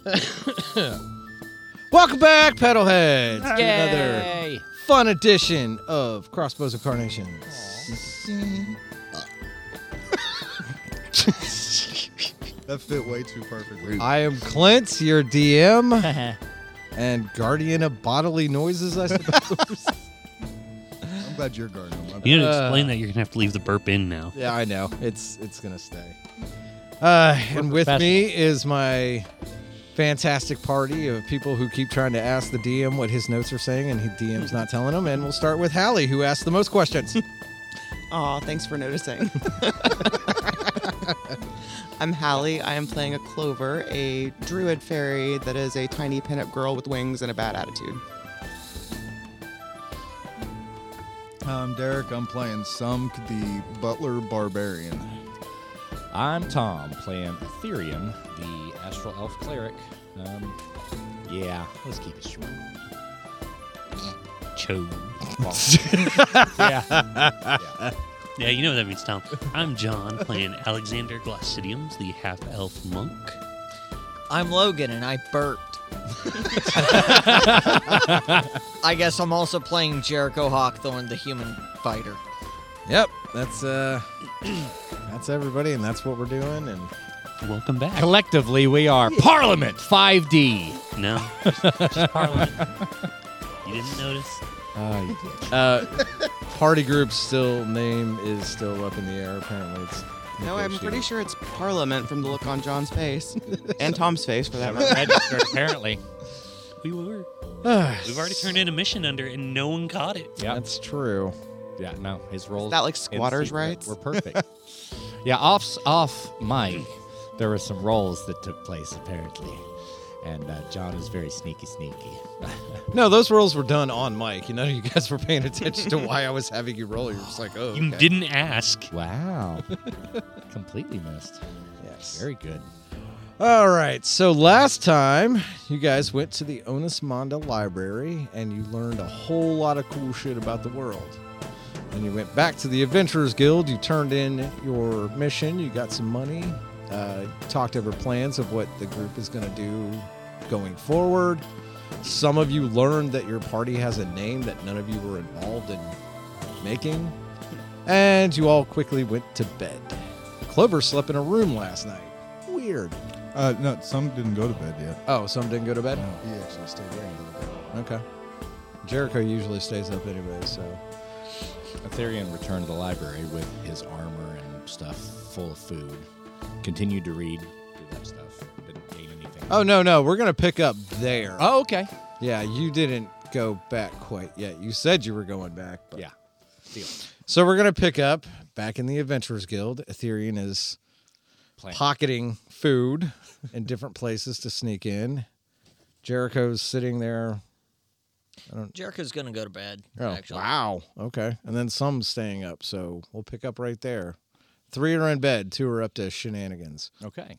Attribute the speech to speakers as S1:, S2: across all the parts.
S1: Welcome back, pedalheads, to another
S2: Yay!
S1: fun edition of Crossbows of Carnations.
S3: That fit way too perfectly.
S1: I am Clint, your DM
S2: That's
S1: and guardian of bodily noises, I suppose.
S3: I'm glad you're guarding them.
S4: You gotta
S1: Uh,
S4: explain that. You're gonna have to leave the burp in now.
S1: yeah, I know. It's it's gonna stay. Uh, and with me is my fantastic party of people who keep trying to ask the DM what his notes are saying, and he DM's not telling them. And we'll start with Hallie, who asked the most questions.
S5: Aw, thanks for noticing. I'm Hallie. I am playing a Clover, a druid fairy that is a tiny pinup girl with wings and a bad attitude.
S3: Um, Derek, I'm playing some the butler barbarian.
S6: I'm Tom, playing Ethereum, the astral elf cleric. Um, yeah, let's keep it short.
S4: Cho.
S6: yeah,
S4: Yeah, you know what that means, Tom. I'm John, playing Alexander Glossidiums, the half elf monk.
S7: I'm Logan, and I burped. I guess I'm also playing Jericho Hawkthorne, the human fighter.
S1: Yep, that's uh, that's everybody, and that's what we're doing. And
S4: Welcome back.
S6: collectively we are Parliament 5D.
S4: No. just- just Parliament. you didn't notice? Ah,
S6: Uh, you did.
S1: uh, party group's still name is still up in the air. Apparently, it's
S5: No, I'm pretty
S1: negotiated.
S5: sure it's Parliament from the look on John's face and Tom's face for that
S6: Never
S5: matter.
S6: registered, apparently.
S4: We were.
S1: Ah,
S4: We've already turned in a mission under and no one caught it.
S6: Yeah,
S1: That's true.
S6: yeah, no, his roles.
S5: that like
S6: in
S5: squatters'
S6: secret
S5: rights?
S6: We're perfect. yeah, off off mic, there were some roles that took place apparently, and uh, John was very sneaky, sneaky.
S1: No, those rolls were done on mic. You know, you guys were paying attention to why I was having you roll. You're just like, oh,
S4: You
S1: okay.
S4: didn't ask.
S6: Wow, completely missed.
S1: Yes.
S6: Very good.
S1: All right. So last time, you guys went to the Onus Monda Library and you learned a whole lot of cool shit about the world. And you went back to the Adventurers Guild. You turned in your mission. You got some money. Uh, talked over plans of what the group is going to do going forward. Some of you learned that your party has a name that none of you were involved in making. And you all quickly went to bed. Clover slept in a room last night. Weird.
S3: Uh, no, some didn't go to bed yet.
S1: Oh, some didn't go to bed?
S3: He actually stayed there until the
S1: Okay. Jericho usually stays up anyway, so.
S6: Atherian returned to the library with his armor and stuff full of food. Continued to read, did that stuff. Didn't gain anything.
S1: Oh, no, no. We're going to pick up there.
S6: Oh, okay.
S1: Yeah, you didn't go back quite yet. You said you were going back. But...
S6: Yeah. Deal.
S1: So we're going to pick up back in the Adventurers Guild. Ethereum is
S6: Plan.
S1: pocketing food in different places to sneak in. Jericho's sitting there.
S7: Jericho's gonna go to bed.
S1: Oh,
S7: actually.
S1: wow. Okay. And then some staying up. So we'll pick up right there. Three are in bed, two are up to shenanigans.
S6: Okay.
S3: day.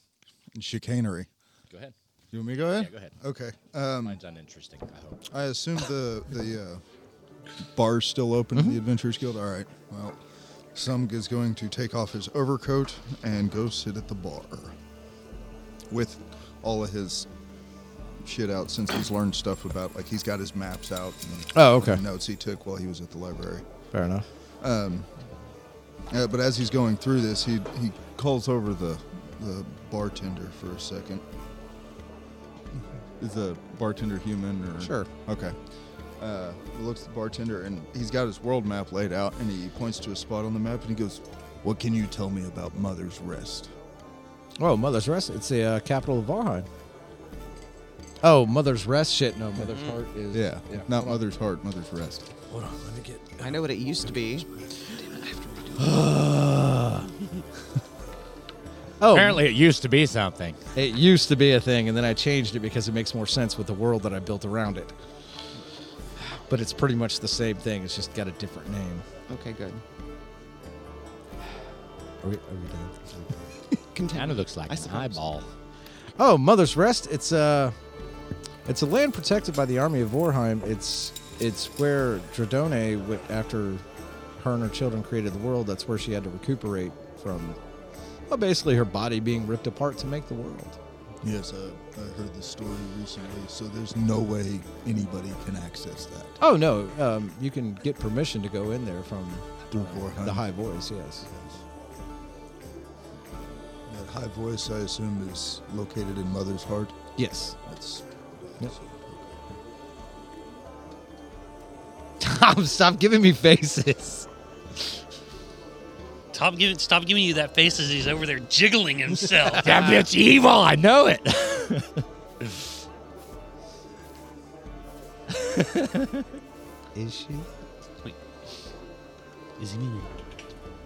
S3: Chicanery.
S6: Go ahead.
S3: You want me to go ahead?
S6: Yeah, go ahead.
S3: Okay. Um,
S6: Mine's uninteresting, I hope.
S3: I assume the the uh, bar's still open to the Adventurers Guild. All right. Well, some is going to take off his overcoat and go sit at the bar with all of his shit out since he's learned stuff about like he's got his maps out and
S1: Oh, okay.
S3: notes he took while he was at the library.
S1: Fair enough.
S3: Uh, but as he's going through this, he he calls over the the bartender for a second. Is the bartender human or
S1: Sure.
S3: Okay. Uh, he looks at the bartender and he's got his world map laid out and he points to a spot on the map and he goes, "What can you tell me about Mother's Rest?"
S1: Oh, Mother's Rest. It's the uh, capital of Valheim. Mm-hmm. Oh, Mother's Rest. Shit, no. Mother's Heart is.
S3: Yeah, not Mother's Heart, Mother's Rest.
S5: I know what it used to be.
S1: Oh,
S6: Apparently, it used to be something.
S1: it used to be a thing, and then I changed it because it makes more sense with the world that I built around it. But it's pretty much the same thing. It's just got a different name.
S5: Okay, good.
S1: Are we, are we done?
S5: Continue.
S6: Kind of looks like
S5: I
S6: an
S5: suppose.
S6: eyeball.
S1: Oh, Mother's Rest. It's a it's a land protected by the army of Vorheim. It's it's where Dredone went after her and her children created the world. That's where she had to recuperate from, well, basically her body being ripped apart to make the world.
S3: Yes, uh, I, I heard this story recently, so there's no way anybody can access that.
S1: Oh no, um, you can get permission to go in there from
S3: Through
S1: uh,
S3: Gorheim.
S1: the high voice. Yes.
S3: That high voice, I assume, is located in Mother's Heart.
S1: Yes.
S3: That's.
S1: Yep. Tom, stop giving me faces.
S4: Stop giving, stop giving you that face as he's over there jiggling himself.
S6: That bitch evil. I know it.
S1: Is she?
S4: Wait. Is he meaning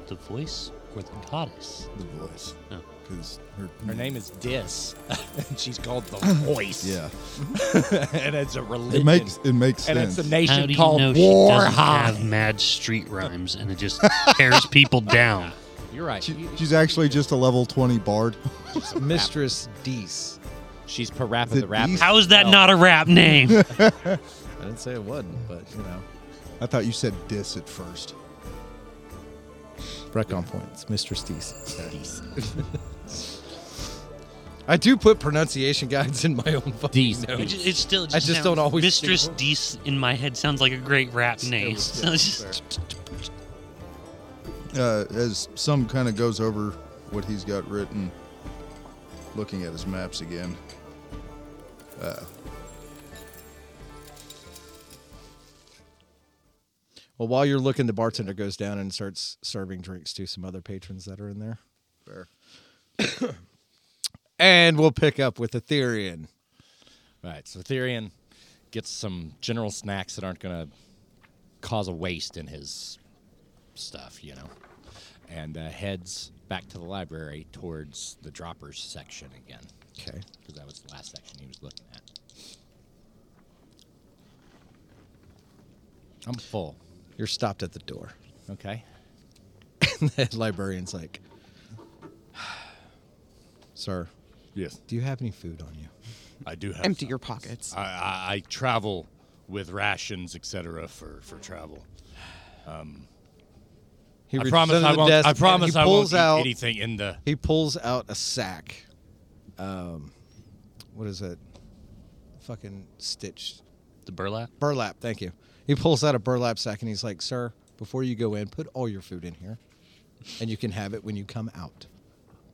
S4: the voice or the goddess?
S3: The voice.
S4: Oh.
S3: Because her,
S6: Her name is Dis, and she's called the Voice.
S3: Yeah.
S6: and it's a religion.
S3: It makes it makes
S6: and
S3: sense.
S6: it's a
S4: How
S6: nation
S4: do you
S6: called
S4: know she doesn't have
S6: Warhawk.
S4: mad street rhymes and it just tears people down?
S6: You're right.
S3: She- she's actually just a level twenty bard.
S1: Mistress Dees.
S6: She's Parappa
S3: The
S6: the Rapper.
S3: beast?
S4: How is that not a rap name?
S1: I didn't say it wasn't, but you know.
S3: I thought you said dis at first.
S1: Retcon points, Mistress Dees. I do put pronunciation guides in my own fucking
S6: Dees.
S4: It
S1: notes.
S4: ju- it's still. It
S1: I just don't
S4: sounds-
S1: always
S4: Mistress
S1: think-
S4: Dees in my head sounds like a great rap name. So it's just-
S3: Uh, as some kind of goes over what he's got written, looking at his maps again.
S1: Well, while you're looking, the bartender goes down and starts serving drinks to some other patrons that are in there.
S3: Fair.
S1: And we'll pick up with Ethereum.
S6: Right. So Therian gets some general snacks that aren't going to cause a waste in his stuff, you know, and uh, heads back to the library towards the droppers section again
S1: Okay.
S6: because that was the last section he was looking at. I'm full.
S1: You're stopped at the door.
S6: Okay.
S1: the librarian's like, Sir,
S6: Yes.
S1: do you have any food on you?
S6: I do have.
S5: Empty your pockets.
S6: I, I, I travel with rations, etc., for for travel.
S1: He
S6: I
S1: reaches
S6: promise
S1: under
S6: I
S1: the
S6: won't.
S1: desk
S6: I
S1: and
S6: promise
S1: he
S6: I
S1: pulls
S6: won't
S1: out,
S6: eat anything in the.
S1: He pulls out a sack. Um, what is it? Fucking stitched
S4: the burlap.
S1: burlap. Thank you. He pulls out a burlap sack and he's like, "Sir, before you go in, put all your food in here, and you can have it when you come out."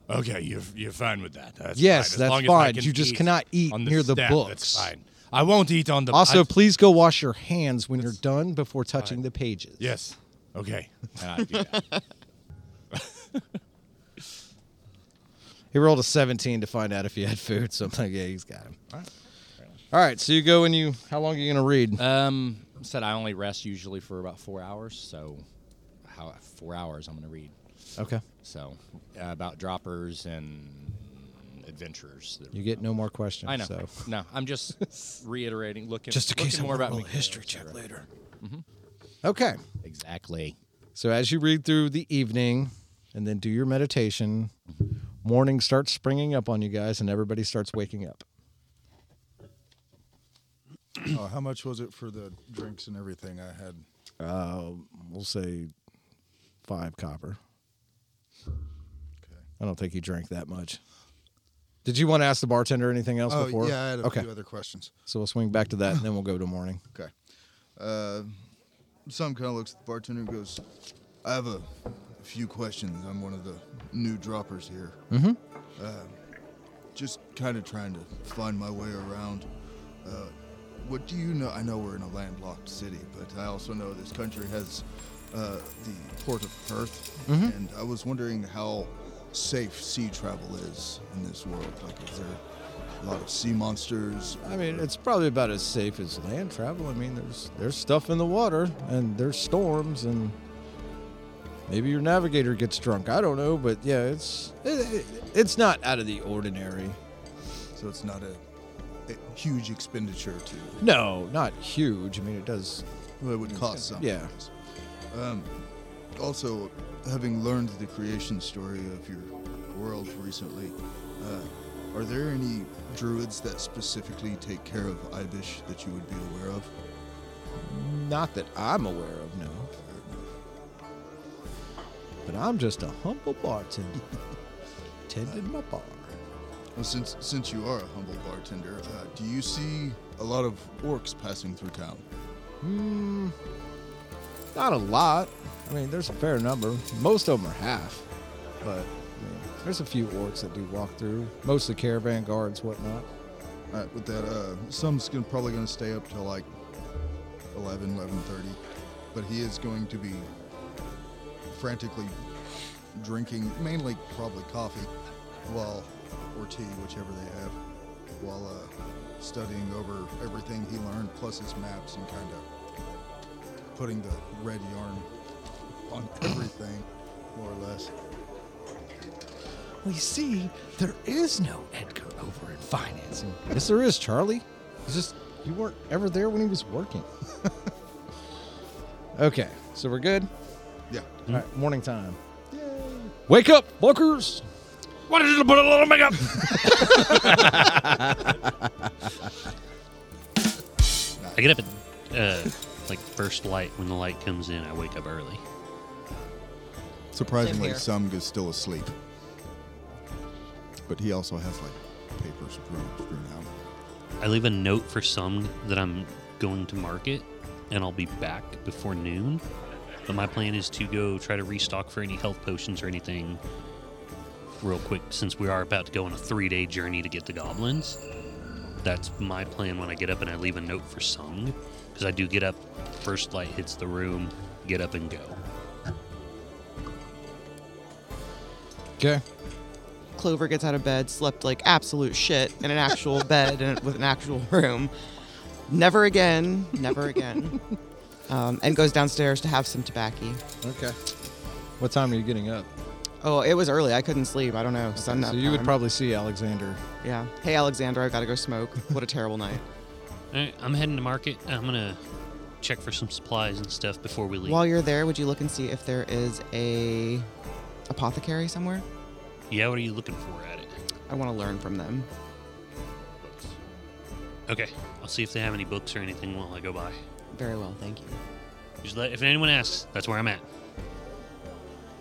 S6: Okay, you're you're fine with that. That's
S1: Yes,
S6: fine. As
S1: that's
S6: long as I
S1: fine.
S6: can
S1: You just cannot eat
S6: on
S1: near the
S6: step,
S1: books.
S6: That's fine. I won't eat on the.
S1: Also,
S6: I-
S1: please go wash your hands when you're done before touching the pages.
S6: yes. Okay. And I do that.
S1: He rolled a 17 to find out if he had food, so I'm like, "Yeah, he's got him." All right, so you go and you. How long are you gonna read?
S6: um, said I only rest usually for about four hours. So, how four hours? I'm gonna read.
S1: okay,
S6: So, uh, about droppers and adventurers.
S1: you get no more questions.
S6: I know.
S1: So.
S6: No, I'm just reiterating. Looking
S1: Just in
S6: looking
S1: case I
S6: more
S1: wanna
S6: about
S1: roll a
S6: mechanics,
S1: history
S6: etc.
S1: check later.
S3: Mm-hmm.
S1: Okay.
S6: Exactly.
S1: So as you read through the evening and then do your meditation, morning starts springing up on you guys and everybody starts waking up.
S3: Oh, how much was it for the drinks and everything I had?
S1: We'll say five copper.
S3: Okay.
S1: I don't think he drank that much. Did you want to ask the bartender anything else
S3: Oh
S1: before?
S3: yeah, I had a
S1: okay.
S3: few other questions.
S1: So we'll swing back to that and then we'll go to morning.
S3: Okay. Uh, some kind of looks at the bartender and goes, "I have a few questions. I'm one of the new droppers here. Mm-hmm. Uh, just kind of trying to find my way around. Uh, what do you know? I know we're in a landlocked city, but I also know this country has uh, the port of Perth, and I was wondering how safe sea travel is in this world. Like, is there a lot of sea monsters?
S1: I mean, it's probably about as safe as land travel. I mean, there's there's stuff in the water and there's storms and maybe your navigator gets drunk. I don't know, but yeah, it's it, it, it's not out of the ordinary.
S3: So it's not a, a huge expenditure to.
S1: No, not huge. I mean, it does.
S3: Well, it would cost something.
S1: Yeah.
S3: Um, also, having learned the creation story of your world recently, uh, are there any druids that specifically take care of Ibish that you would be aware of?
S1: Not that I'm aware of, no. But I'm just a humble bartender tending my bar.
S3: Well, since since you are a humble bartender, uh, do you see a lot of orcs passing through town?
S1: Not a lot. I mean, there's a fair number. Most of them are half, but I mean, there's a few orcs that do walk through, mostly caravan guards, whatnot.
S3: All right, with that, uh, some's gonna, probably going to stay up till like 11, 11.30, but he is going to be frantically drinking, mainly probably coffee, while or tea, whichever they have, while uh, studying over everything he learned, plus his maps and kind of putting the red yarn on everything, more or less.
S1: We see there is no Edgar over in financing. yes, there is, Charlie. It's just you weren't ever there when he was working. okay, so we're good.
S6: Mm-hmm.
S3: Yeah.
S1: All right, morning time. Wake up, fuckers!
S4: Why did you put a little makeup? I get up at uh, like first light when the light comes in. I wake up early.
S3: Surprisingly,
S7: here.
S3: some is still asleep. But he also has like papers strewn, strewn out.
S4: I leave a note for some that I'm going to market, and I'll be back before noon. But my plan is to go try to restock for any health potions or anything real quick, since we are about to go on a three-day journey to get the goblins. That's my plan when I get up, and I leave a note for Sung, because I do get up first light hits the room, get up and go.
S1: Okay.
S5: Clover gets out of bed, slept like absolute shit in an actual bed and with an actual room. Never again, never again. Um, and goes downstairs to have some tobacco.
S1: Okay. What time are you getting up?
S5: Oh, it was early. I couldn't sleep. I don't know. Sun
S1: so
S5: up
S1: you would
S5: time.
S1: probably see Alexander.
S5: Yeah. Hey, Alexander, I've got to go smoke. What a terrible night.
S4: All right, I'm heading to market. I'm gonna check for some supplies and stuff before we leave.
S5: While you're there, would you look and see if there is a apothecary somewhere?
S4: yeah, what are you looking for at it?
S5: I want to learn from them.
S4: Okay, I'll see if they have any books or anything while I go by.
S5: Very well, thank you.
S4: Just let, if anyone asks, that's where I'm at.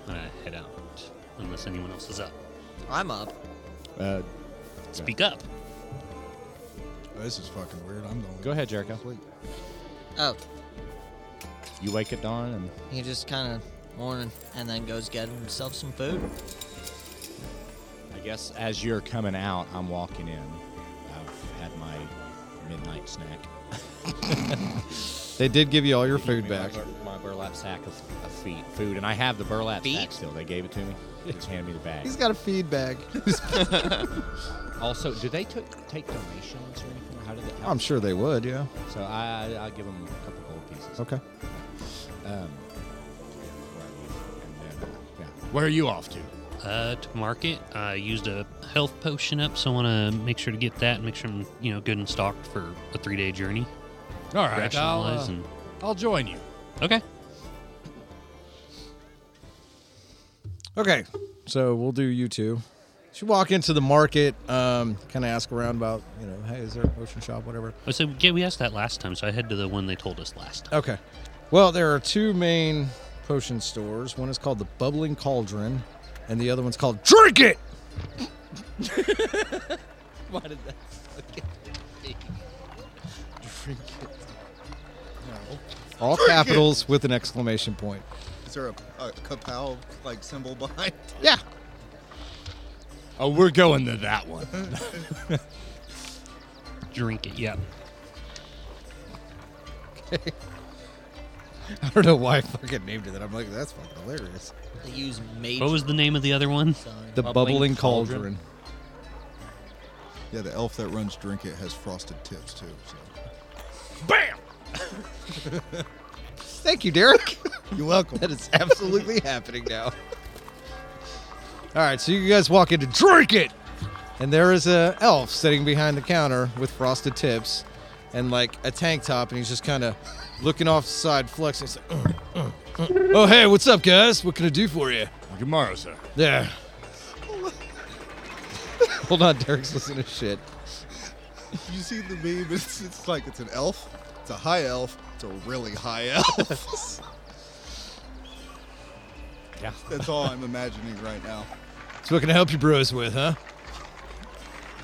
S4: And I head out, unless anyone else is up.
S7: I'm up.
S6: Uh,
S4: Speak up.
S1: Oh,
S3: This is fucking weird. I'm the only
S6: go ahead, Jericho.
S7: Oh,
S6: You wake at dawn and
S7: he just kind of morning and then goes get himself some food.
S6: I guess as you're coming out, I'm walking in. I've had my midnight snack.
S1: They did give you all your food
S6: Give me
S1: back.
S6: My, bur- my burlap sack of, of feet, food, and I have the burlap sack
S7: Feet?
S6: still. They gave it to me. They just handed me the bag.
S1: got a feed bag.
S6: Also, do they took take donations or anything? How did they?
S1: I'm sure they would, yeah.
S6: So I, I- I'll give them a couple gold pieces.
S1: Okay.
S6: Um, before I leave. And then, uh, yeah. Where are you off to?
S4: Uh, to market, I used a health potion up, so I want to make sure to get that and make sure I'm, you know, good and stocked for a three-day journey.
S8: All right, I'll,
S4: Rationalize
S8: uh,
S4: and
S8: I'll join you.
S4: okay.
S1: Okay, so we'll do you two. Should walk into the market, um, kind of ask around about, you know, hey, is there a potion shop, whatever.
S4: I said, Oh, yeah, we asked that last time, so I head to the one they told us last time.
S1: Okay. Well, there are two main potion stores. One is called the Bubbling Cauldron, and the other one's called Drink It. Why did that Drink It. All capitals with an exclamation point.
S3: Is there a, a kapow like symbol behind?
S1: Yeah.
S8: Oh, we're going to that one.
S4: Drink it, yeah.
S1: I don't know why I fucking named it that. I'm like, that's fucking hilarious.
S7: They use mage.
S4: What was the name of the other one?
S7: sign.
S1: The Bubbling,
S4: Bubbling
S1: cauldron.
S4: Cauldron.
S3: Yeah, the elf that runs Drink It has frosted tips too. So.
S1: Thank you, Derek.
S3: You're welcome.
S1: that is absolutely happening now. All right, so you guys walk in to drink it, and there is a elf sitting behind the counter with frosted tips and like a tank top, and he's just kind of looking off the side, flexing. He's like, "Uh, uh, uh." "Oh hey, what's up, guys? What can I do for you?"
S8: Good morrow, sir.
S1: There. Hold on, Derek's listening to shit.
S3: You see the meme? It's, it's like it's an elf. It's a high elf. It's a really high elf.
S6: Yeah.
S3: That's all I'm imagining right now.
S1: So what can I help you bros with, huh?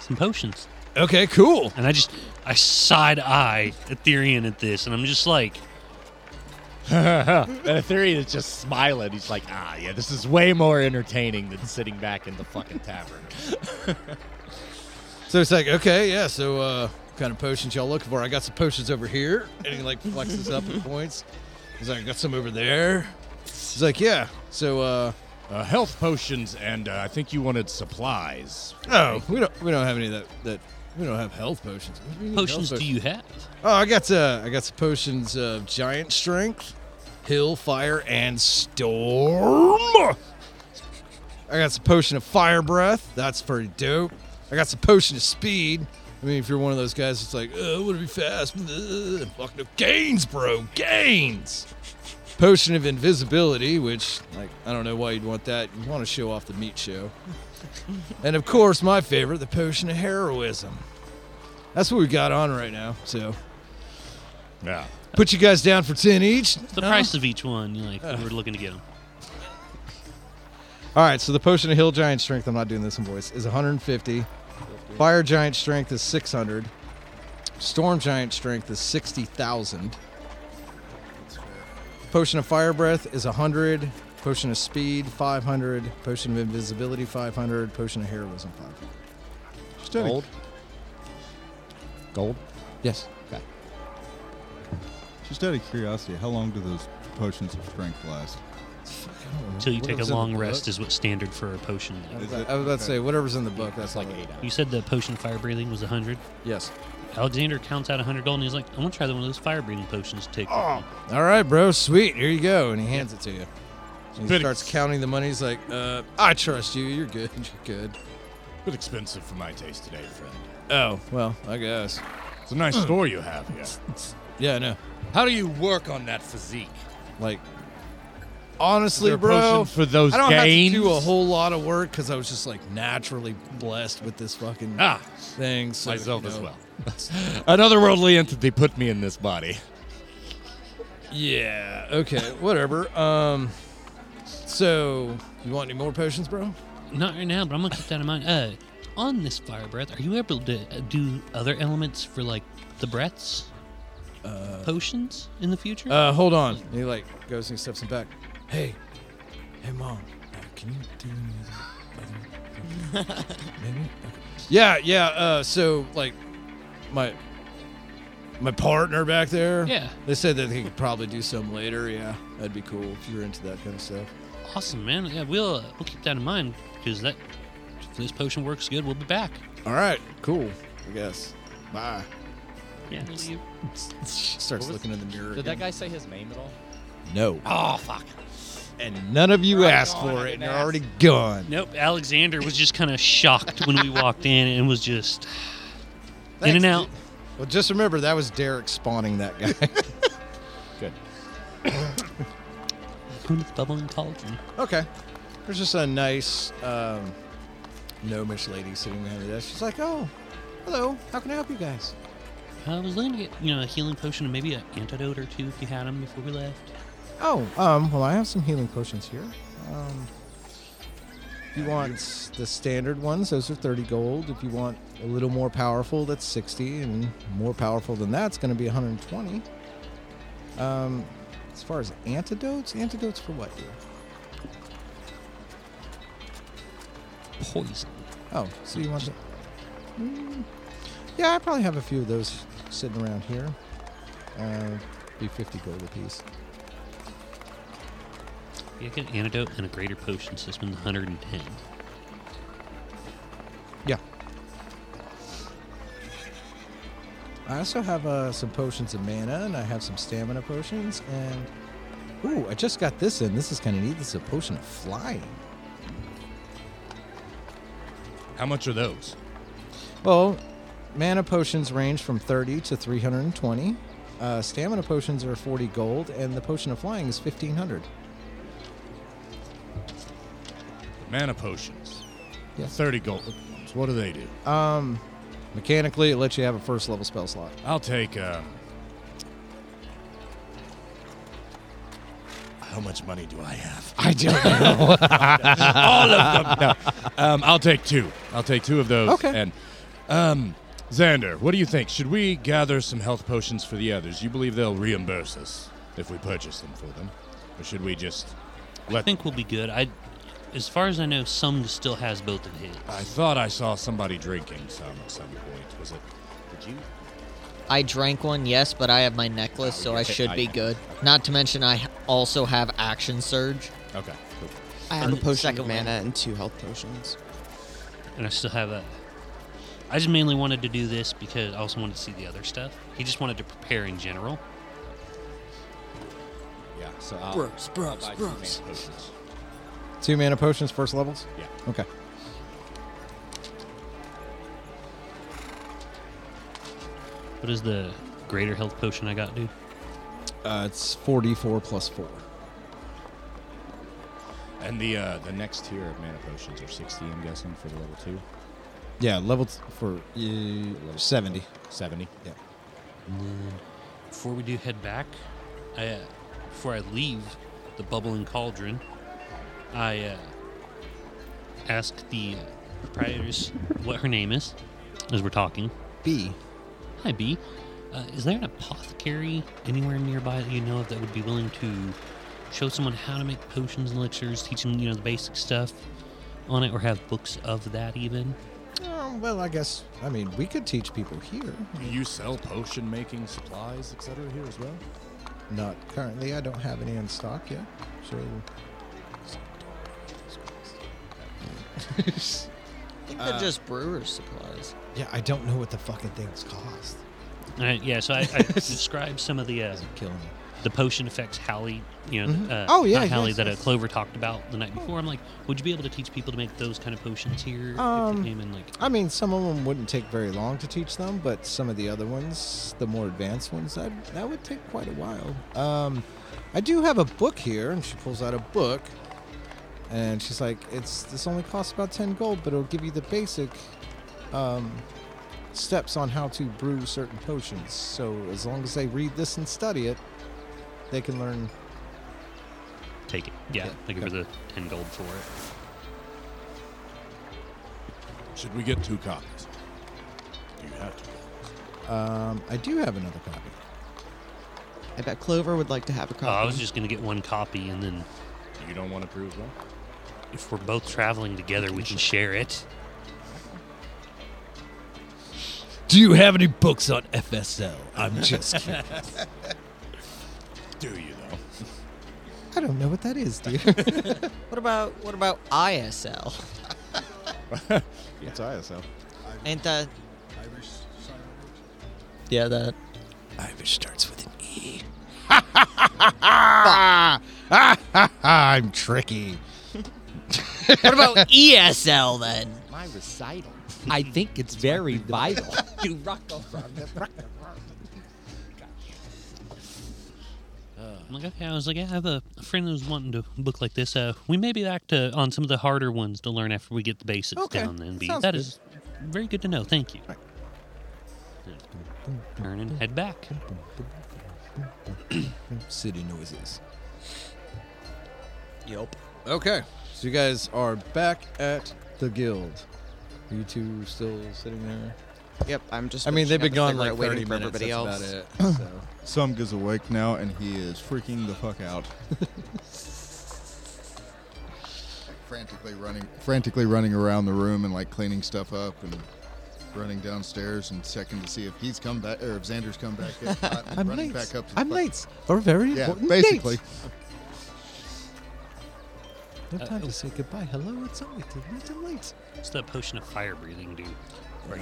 S4: some potions.
S1: Okay, cool.
S4: And I just, I side eye Ethereum at this, and I'm just like,
S6: And Ethereum is just smiling. He's like, ah, yeah, this is way more entertaining than sitting back in the fucking tavern.
S1: So it's like, okay, yeah, so uh what kind of potions y'all looking for? I got some potions over here. And he like flexes up and points. He's like, I got some over there. He's like, yeah. So uh
S8: Uh, health potions, and uh, I think you wanted supplies.
S1: oh, we don't we don't have any of that that we don't have health potions. What do we need health
S4: potions do you have?
S1: Oh, I got uh I got some potions of giant strength, hill, fire, and storm. I got some potion of fire breath. That's pretty dope. I got some potion of speed. I mean, if you're one of those guys that's like, oh, I want to be fast. Ugh, fuck no. Gains, bro. Gains. Potion of invisibility, which, like, I don't know why you'd want that. You want to show off the meat show. and of course, my favorite, the potion of heroism. That's what we got on right now. So
S8: Yeah.
S1: put you guys down for 10 each.
S4: The price of each one, you like, we're looking to get them.
S1: All right, so the potion of hill giant strength, I'm not doing this in voice, is 150. Fire giant strength is 600. Storm giant strength is 60,000. Potion of fire breath is 100. Potion of speed 500. Potion of invisibility 500. Potion of heroism 500.
S9: Just out of,
S6: Gold?
S1: Yes.
S3: Just out of curiosity, how long do those potions of strength last?
S4: Until you take a
S1: Whatever's in
S4: long
S1: the
S4: rest is what's standard for a potion.
S1: I
S4: Though.
S1: was
S3: Is
S1: about
S3: it-
S1: I was about to say whatever's in the book. That's like
S6: eight hours.
S4: You said the potion of fire breathing was 100.
S1: yes.
S4: Alexander counts out 100 gold, and he's like, I'm going to try one of those fire breathing potions to take. with me."
S1: All right, bro. Sweet. Here you go. And he hands it to you. And he
S8: Bit-
S1: starts counting the money. He's like, uh, I trust you. You're good. You're good.
S8: Bit expensive for my taste today, friend.
S1: Oh, well, I guess.
S8: It's a nice store you have here.
S1: Yeah, I know.
S8: How do you work on that physique?
S1: Like,
S8: Is there
S1: honestly,
S8: a
S1: bro,
S8: potion for those
S1: I don't
S8: gains?
S1: have to do a whole lot of work because I was just like naturally blessed with this fucking
S8: Ah,
S1: thing. So,
S8: myself
S1: you
S8: as
S1: know.
S8: well. Another worldly entity put me in this body.
S1: Yeah. Okay. Whatever. Um. So, you want any more potions, bro?
S4: Not right now, but I'm going to keep that in mind. Uh, on this fire breath, are you able to uh, do other elements for, like, the breaths? potions in the future?
S1: Uh, hold on. And he like goes and he steps him back. Hey, hey, mom, uh, can you do any of that other- Maybe. Okay. Yeah, yeah. Uh, so like, my my partner back there.
S4: Yeah.
S1: They said that they could probably do some later. Yeah, that'd be cool if you're into that kind of stuff.
S4: awesome, man. Yeah, we'll, uh, we'll keep that in mind because that. If this potion works good, we'll be back.
S1: All right, cool. I guess. Bye.
S4: Yeah.
S1: Starts looking in the mirror.
S6: Did
S1: again.
S6: that guy say his name at all?
S1: No.
S4: Oh fuck.
S1: And none of you asked
S6: God, I
S1: for it,
S6: didn't
S1: and you're
S6: ask.
S1: already gone.
S4: Nope. Alexander was just kind of shocked when we walked in and was just in and out.
S1: Well, just remember that was Derek spawning that guy.
S4: Welcome to the bubbling cauldron.
S1: Okay. There's just a nice um, gnomish lady sitting behind the desk. She's like, "Oh, hello. How can I help you guys?"
S4: Uh, I was looking to get you know a healing potion and maybe an antidote or two if you had them before we left.
S1: Oh, um, well, I have some healing potions here. Um, if you want the standard ones, those are 30 gold. If you want a little more powerful, that's 60, and more powerful than that's going to be 120. Um, as far as antidotes, antidotes for what? Dear?
S4: Poison.
S1: Oh, so you want to? Mm. yeah, I probably have a few of those sitting around here. Uh, be fifty gold apiece.
S4: Yeah, get an antidote and a greater potion system. 110.
S1: Yeah. I also have uh, some potions of mana, and I have some stamina potions, and ooh, I just got this in. This is kind of neat. This is a potion of flying.
S8: How much are those?
S1: Well, mana potions range from 30 to 320. Uh, stamina potions are 40 gold, and the potion of flying is 1500.
S8: Mana potions.
S1: Yes.
S8: 30 gold. What do they do?
S1: Um, mechanically, it lets you have a first level spell slot.
S8: I'll take. Um, how much money do I have? I don't know. All of them. No. Um, I'll take two. I'll take two of those.
S1: Okay.
S8: And um, Xander, what do you think? Should we gather some health potions for the others? You believe they'll reimburse us if we purchase them for them? Or should we just
S4: I
S8: let
S4: think we'll be good. I, as far as I know, some still has both of his.
S8: I thought I saw somebody drinking some at some point. Was it did you?
S7: I drank one, yes, but I have my necklace, so I should be
S8: I-
S7: good. Not to mention, I also have action surge.
S8: Okay, cool.
S5: I have a
S7: Um,
S5: potion of
S7: second one.
S5: mana and two health potions.
S4: and I still have a. I just mainly wanted to do this because I also wanted to see the other stuff. He just wanted to prepare in general.
S8: Yeah, so I'll
S7: Brooks, Brooks,
S8: I'll buy two mana
S7: Brooks.
S8: potions.
S10: Two mana potions, first levels.
S8: Yeah.
S10: Okay.
S4: What is the greater health potion I got, dude?
S10: Uh, it's 44 plus 4.
S8: And the uh, the next tier of mana potions are 60, I'm guessing, for the level 2.
S10: Yeah, level t- for uh, 70.
S8: 70.
S10: Yeah.
S4: Before we do head back, I, uh, before I leave the bubbling cauldron, I uh, ask the uh, proprietress what her name is as we're talking.
S10: B.
S4: Hi, B. Uh, is there an apothecary anywhere nearby that you know of that would be willing to show someone how to make potions and elixirs, teach them, you know, the basic stuff on it, or have books of that even?
S10: Oh, well, I guess, I mean, we could teach people here.
S8: Do you sell potion making supplies, etc., here as well?
S10: Not currently. I don't have any in stock yet. So.
S7: I think they're just brewer's supplies.
S10: Yeah, I don't know what the fucking things cost.
S4: All right, yeah, so I, I described some of the uh,
S10: Killing me.
S4: the potion effects Hallie, you know, uh,
S10: Oh, yeah,
S4: not Hallie
S10: yes,
S4: that
S10: yes. Oh.
S4: Uh, Clover talked about the night before. I'm like, would you be able to teach people to make those kind of potions here if
S10: Um,
S4: they came in? Like,
S10: I mean, some of them wouldn't take very long to teach them, but some of the other ones, the more advanced ones, that that would take quite a while. Um, I do have a book here, and she pulls out a book, and she's like, "It's this only costs about ten gold, but it'll give you the basic um, steps on how to brew certain potions. So as long as they read this and study it, they can learn."
S4: take it. Yeah,
S10: Yeah,
S4: I give her
S10: okay.
S4: the ten gold for it.
S8: Should we get two copies? Do you have to?
S10: Um, I do have another copy.
S5: I bet Clover would like to have a copy.
S4: Oh, I was just gonna get one copy, and then
S8: You don't want to prove one?
S4: if we're both traveling together, we can share it.
S6: Do you have any books on FSL? I'm just kidding.
S8: Do you, though?
S10: I don't know what that is, dear.
S7: What about what about ISL?
S10: It's ISO.
S7: Ain't that? Yeah, that.
S6: Irish starts with an E.
S10: I'm tricky.
S7: What about ESL then?
S11: My recital. I think it's very vital. you rock from the
S4: I'm like, okay. I was like, yeah, I have a, a friend who's wanting to book like this. Uh, we may be back to on some of the harder ones to learn after we get the basics
S10: Okay,
S4: down. Then, be
S10: sounds
S4: that
S10: good.
S4: is very good to know. Thank you. Turn and head back.
S10: City noises.
S7: Yup.
S10: Okay, so you guys are back at the guild. Are you two still sitting there?
S5: Yep, I'm just.
S10: I mean, they've
S5: finishing
S10: been
S5: up a
S10: gone like
S5: cigarette, waiting for
S10: 30 minutes.
S5: everybody
S10: that's
S5: else.
S10: about it. So.
S3: Sum is awake now and he is freaking the fuck out. frantically running frantically running around the room and like cleaning stuff up and running downstairs and checking to see if he's come back or if Xander's come back in. I'm running back up to the
S10: I'm
S3: fuck-
S10: late for a very
S3: Yeah,
S10: important
S3: basically.
S10: date. No time to say goodbye. Hello, it's only too late. I'm late.
S4: What's that potion of fire breathing do? Or-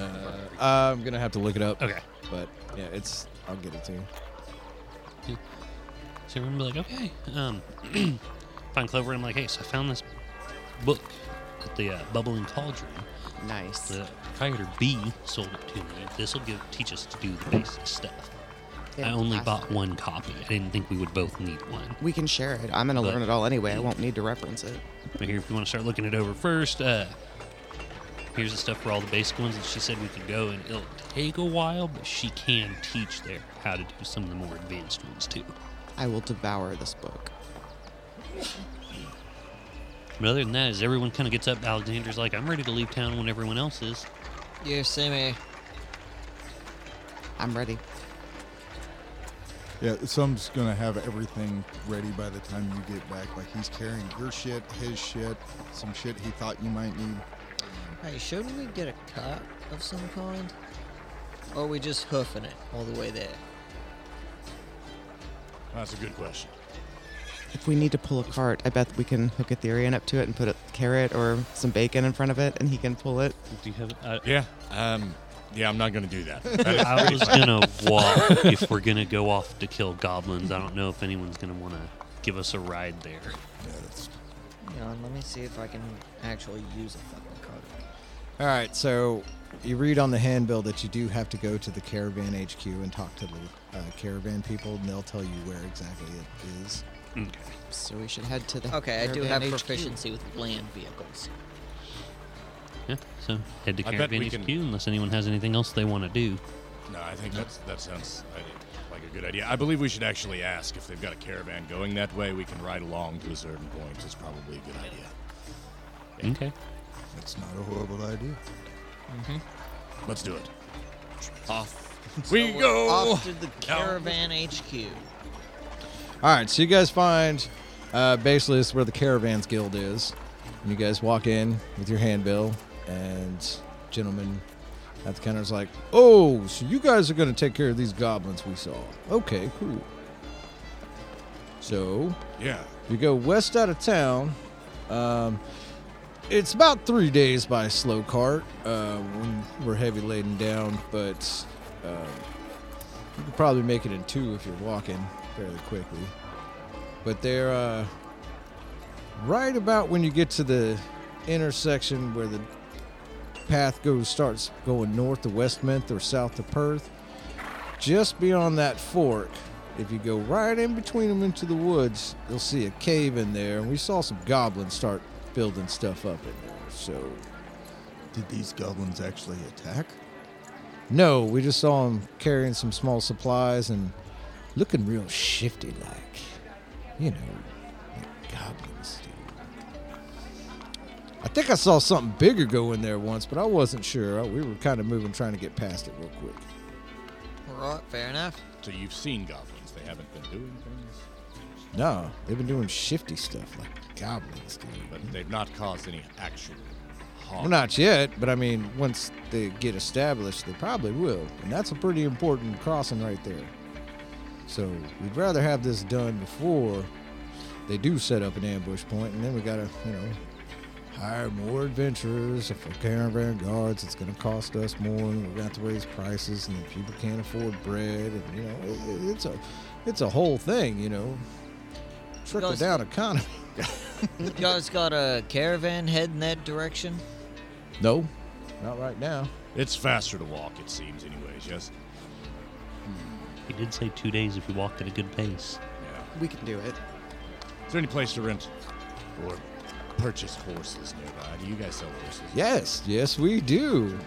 S10: Uh, I'm gonna have to look it up.
S4: okay.
S10: But yeah, it's. I'll get it to you.
S4: So everyone be like, okay. Um, find Clover. And I'm like, hey, so I found this book at the uh, Bubbling Cauldron.
S5: Nice.
S4: The proprietor B sold it to me. This will give teach us to do the basic stuff. I only
S5: Fantastic.
S4: bought one copy. I didn't think we would both need one.
S5: We can share it. I'm gonna
S4: But-
S5: learn it all anyway. I won't need to reference it.
S4: Right here, if you want to start looking it over first, uh, here's the stuff for all the basic ones that she said we could go, and it'll take a while, but she can teach there how to do some of the more advanced ones too.
S5: I will devour this book.
S4: But other than that, as everyone kind of gets up, Alexander's like, I'm ready to leave town when everyone else is.
S7: You see me.
S5: I'm ready.
S3: Yeah, some's gonna have everything ready by the time you get back. Like he's carrying your shit, his shit, some shit he thought you might need.
S7: Hey, shouldn't we get a cart of some kind? Or are we just hoofing it all the way there?
S8: That's a good question.
S5: If we need to pull a cart, I bet we can hook Ethereum up to it and put a carrot or some bacon in front of it, and he can pull it.
S4: Do you have? I,
S8: Yeah. Um. Yeah, I'm not gonna do that.
S4: I was gonna walk if we're gonna go off to kill goblins. I don't know if anyone's gonna want to give us a ride there.
S7: Hang on, let me see if I can actually use a fucking cart.
S10: All right, so you read on the handbill that you do have to go to the caravan HQ and talk to the uh, caravan people, and they'll tell you where exactly it is.
S5: So we should head to the.
S7: Okay, I do have
S5: caravan HQ.
S7: proficiency with land vehicles.
S4: Yeah. So head to
S8: I bet
S4: Caravan
S8: we
S4: HQ
S8: can-
S4: unless anyone has anything else they want to do.
S8: No, I think that's that sounds I- like a good idea. I believe we should actually ask if they've got a caravan going that way. We can ride along to a certain point. It's probably a good idea.
S4: Okay.
S3: That's not a horrible idea.
S8: Let's do it. Off we go.
S7: Off to the caravan HQ.
S10: All right, so you guys find uh, basically this is where the Caravans Guild is. And you guys walk in with your handbill, and gentleman at the counter is like, "Oh, so you guys are going to take care of these goblins we saw? Okay, cool." So
S8: Yeah.
S10: you go west out of town. Um, it's about three days by slow cart uh, when we're heavy laden down, but uh, you could probably make it in two if you're walking fairly quickly. But they're uh, right about when you get to the intersection where the path goes starts going north to Westmouth or south to Perth. Just beyond that fork, if you go right in between them into the woods, you'll see a cave in there, and we saw some goblins start building stuff up in there. So,
S3: Did these goblins actually attack?
S10: no, we just saw them carrying some small supplies and looking real shifty like. You know, like goblins do. I think I saw something bigger go in there once, but I wasn't sure. We were kind of moving, trying to get past it real quick.
S7: Alright, fair enough.
S8: So you've seen goblins. They haven't been doing things,
S10: No, they've been doing shifty stuff like goblins do.
S8: but they've not caused any actual harm.
S10: Well, not yet, but I mean, once they get established, they probably will. And that's a pretty important crossing right there. So we'd rather have this done before they do set up an ambush point, and then we gotta, you know, hire more adventurers for caravan guards. It's gonna cost us more, and we're gonna have to raise prices, and then people can't afford bread, and you know, it, it- it's a, it's a whole thing, you know, trickle
S7: Guys-
S10: down economy.
S7: You guys got a caravan heading that direction?
S10: No, not right now.
S8: It's faster to walk, it seems, anyways. Yes.
S4: He did say two days if we walked at a good pace.
S8: Yeah.
S5: We can do it.
S8: Is there any place to rent or purchase horses nearby? Do you guys sell horses?
S10: Yes, yes, we do.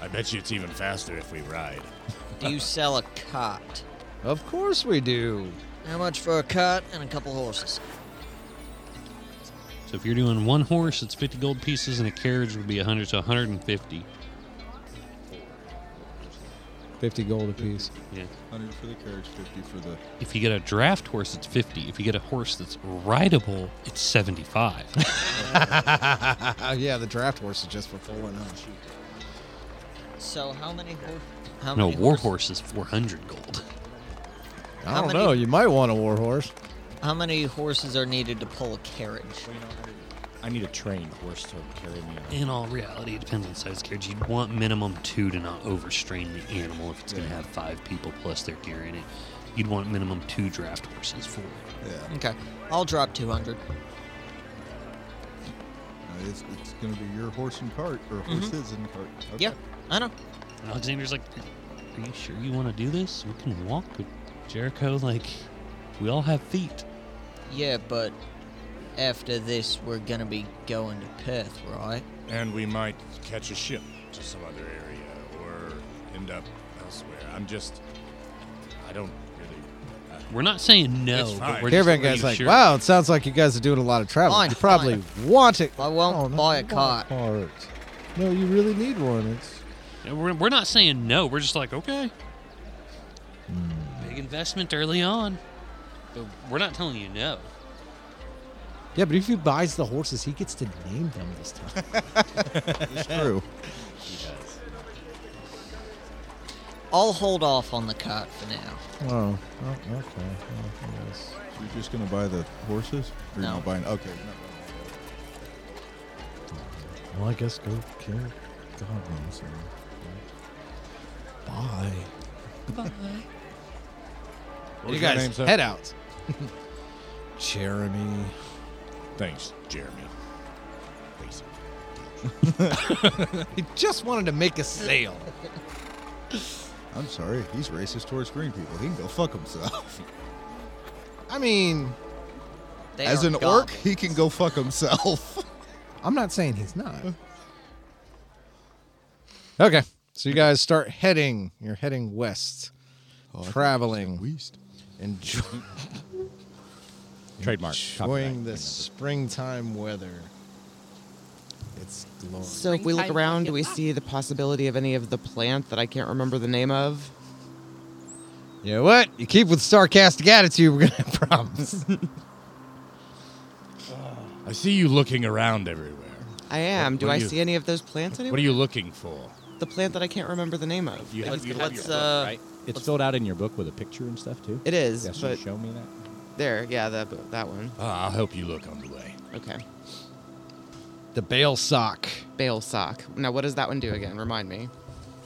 S8: I bet you it's even faster if we ride.
S7: Do you sell a cart?
S10: Of course we do.
S7: How much for a cart and a couple horses?
S4: So if you're doing one horse, it's 50 gold pieces, and a carriage would be 100 to 150.
S10: 50 gold apiece.
S4: Yeah.
S1: 100 for the carriage, 50 for the.
S4: If you get a draft horse, it's 50. If you get a horse that's rideable, it's 75.
S10: Uh, yeah, the draft horse is just for fooling us.
S7: So how many horse? How
S4: no,
S7: many
S4: war
S7: horse-
S4: horse is 400 gold.
S10: I
S7: How
S10: don't
S7: many-
S10: know. You might want a war horse.
S7: How many horses are needed to pull a carriage?
S8: I need a trained horse to carry me.
S4: In all reality, it depends on size carriage. You'd want minimum two to not overstrain the animal if it's going to have five people plus their gear in it. You'd want minimum two draft horses for it.
S3: Yeah,
S7: Okay, I'll drop 200.
S3: no, Uh, it's, it's gonna be your horse and cart, or
S7: Mm-hmm.
S3: horses and cart. Okay.
S7: Yeah, I know.
S4: Alexander's like, Are you sure you want to do this? We can walk. But Jericho, like, we all have feet.
S7: Yeah, but after this, we're gonna be going to Perth, right?
S8: And we might catch a ship to some other area or end up elsewhere. I'm just. I don't really.
S4: We're not saying no,
S8: It's
S4: but
S8: fine.
S4: we're
S10: Caravan
S4: just, are
S10: guy's
S4: you
S10: like,
S4: sure?
S10: wow, it sounds like you guys are doing a lot of traveling.
S7: Fine,
S10: you probably want it.
S7: I won't
S10: Oh, no,
S7: buy a
S10: you
S7: cart.
S10: want cart. No, you really need one. It's
S4: And We're, we're not saying no. We're just like, okay.
S6: Hmm.
S4: Big investment early on. But we're not telling you no.
S11: Yeah, but if he buys the horses, he gets to name them this time.
S3: It's true.
S7: I'll hold off on the cot for now.
S10: oh, oh okay. Well, I guess.
S3: So you're just gonna buy the horses? Or you're
S7: No.
S3: not buying? Okay. you're not
S10: Well, I guess go kill goblins. And, bye.
S8: What
S10: You
S8: was your
S10: guys
S8: name, sir?
S10: head out. Jeremy.
S8: Thanks, Jeremy. Basic.
S10: He just wanted to make a sale.
S3: buying- I'm sorry. He's racist towards green people. He can go fuck himself.
S10: I mean,
S7: They
S3: As
S7: are
S3: an orc,
S7: goblins.
S3: he can go fuck himself.
S10: I'm not saying he's not. Okay. So you guys start heading. You're heading west. traveling.
S3: Weast.
S10: Enjoy-
S8: Trademark.
S10: enjoying the springtime weather. It's glorious.
S5: So if we look around, do we see the possibility of any of the plant that I can't remember the name of?
S10: You know what? You keep with sarcastic attitude, we're going to have problems.
S8: I see you looking around everywhere.
S5: I am.
S8: What-
S5: do
S8: what
S5: I
S8: do you-
S5: see any of those plants anywhere?
S8: What are you looking for?
S5: the plant that I can't remember the name of.
S8: You have-
S5: Let's-
S8: you have your
S5: let's,
S8: book,
S5: uh,
S6: right? It's filled out in your book with a picture and stuff too.
S5: It is,
S6: Yeah, so
S5: but
S6: show me that.
S5: there, yeah, that that one.
S8: Ah, I'll help you look on the way.
S5: Okay,
S10: the bale sock.
S5: bale sock. Now, what does that one do again? Remind me.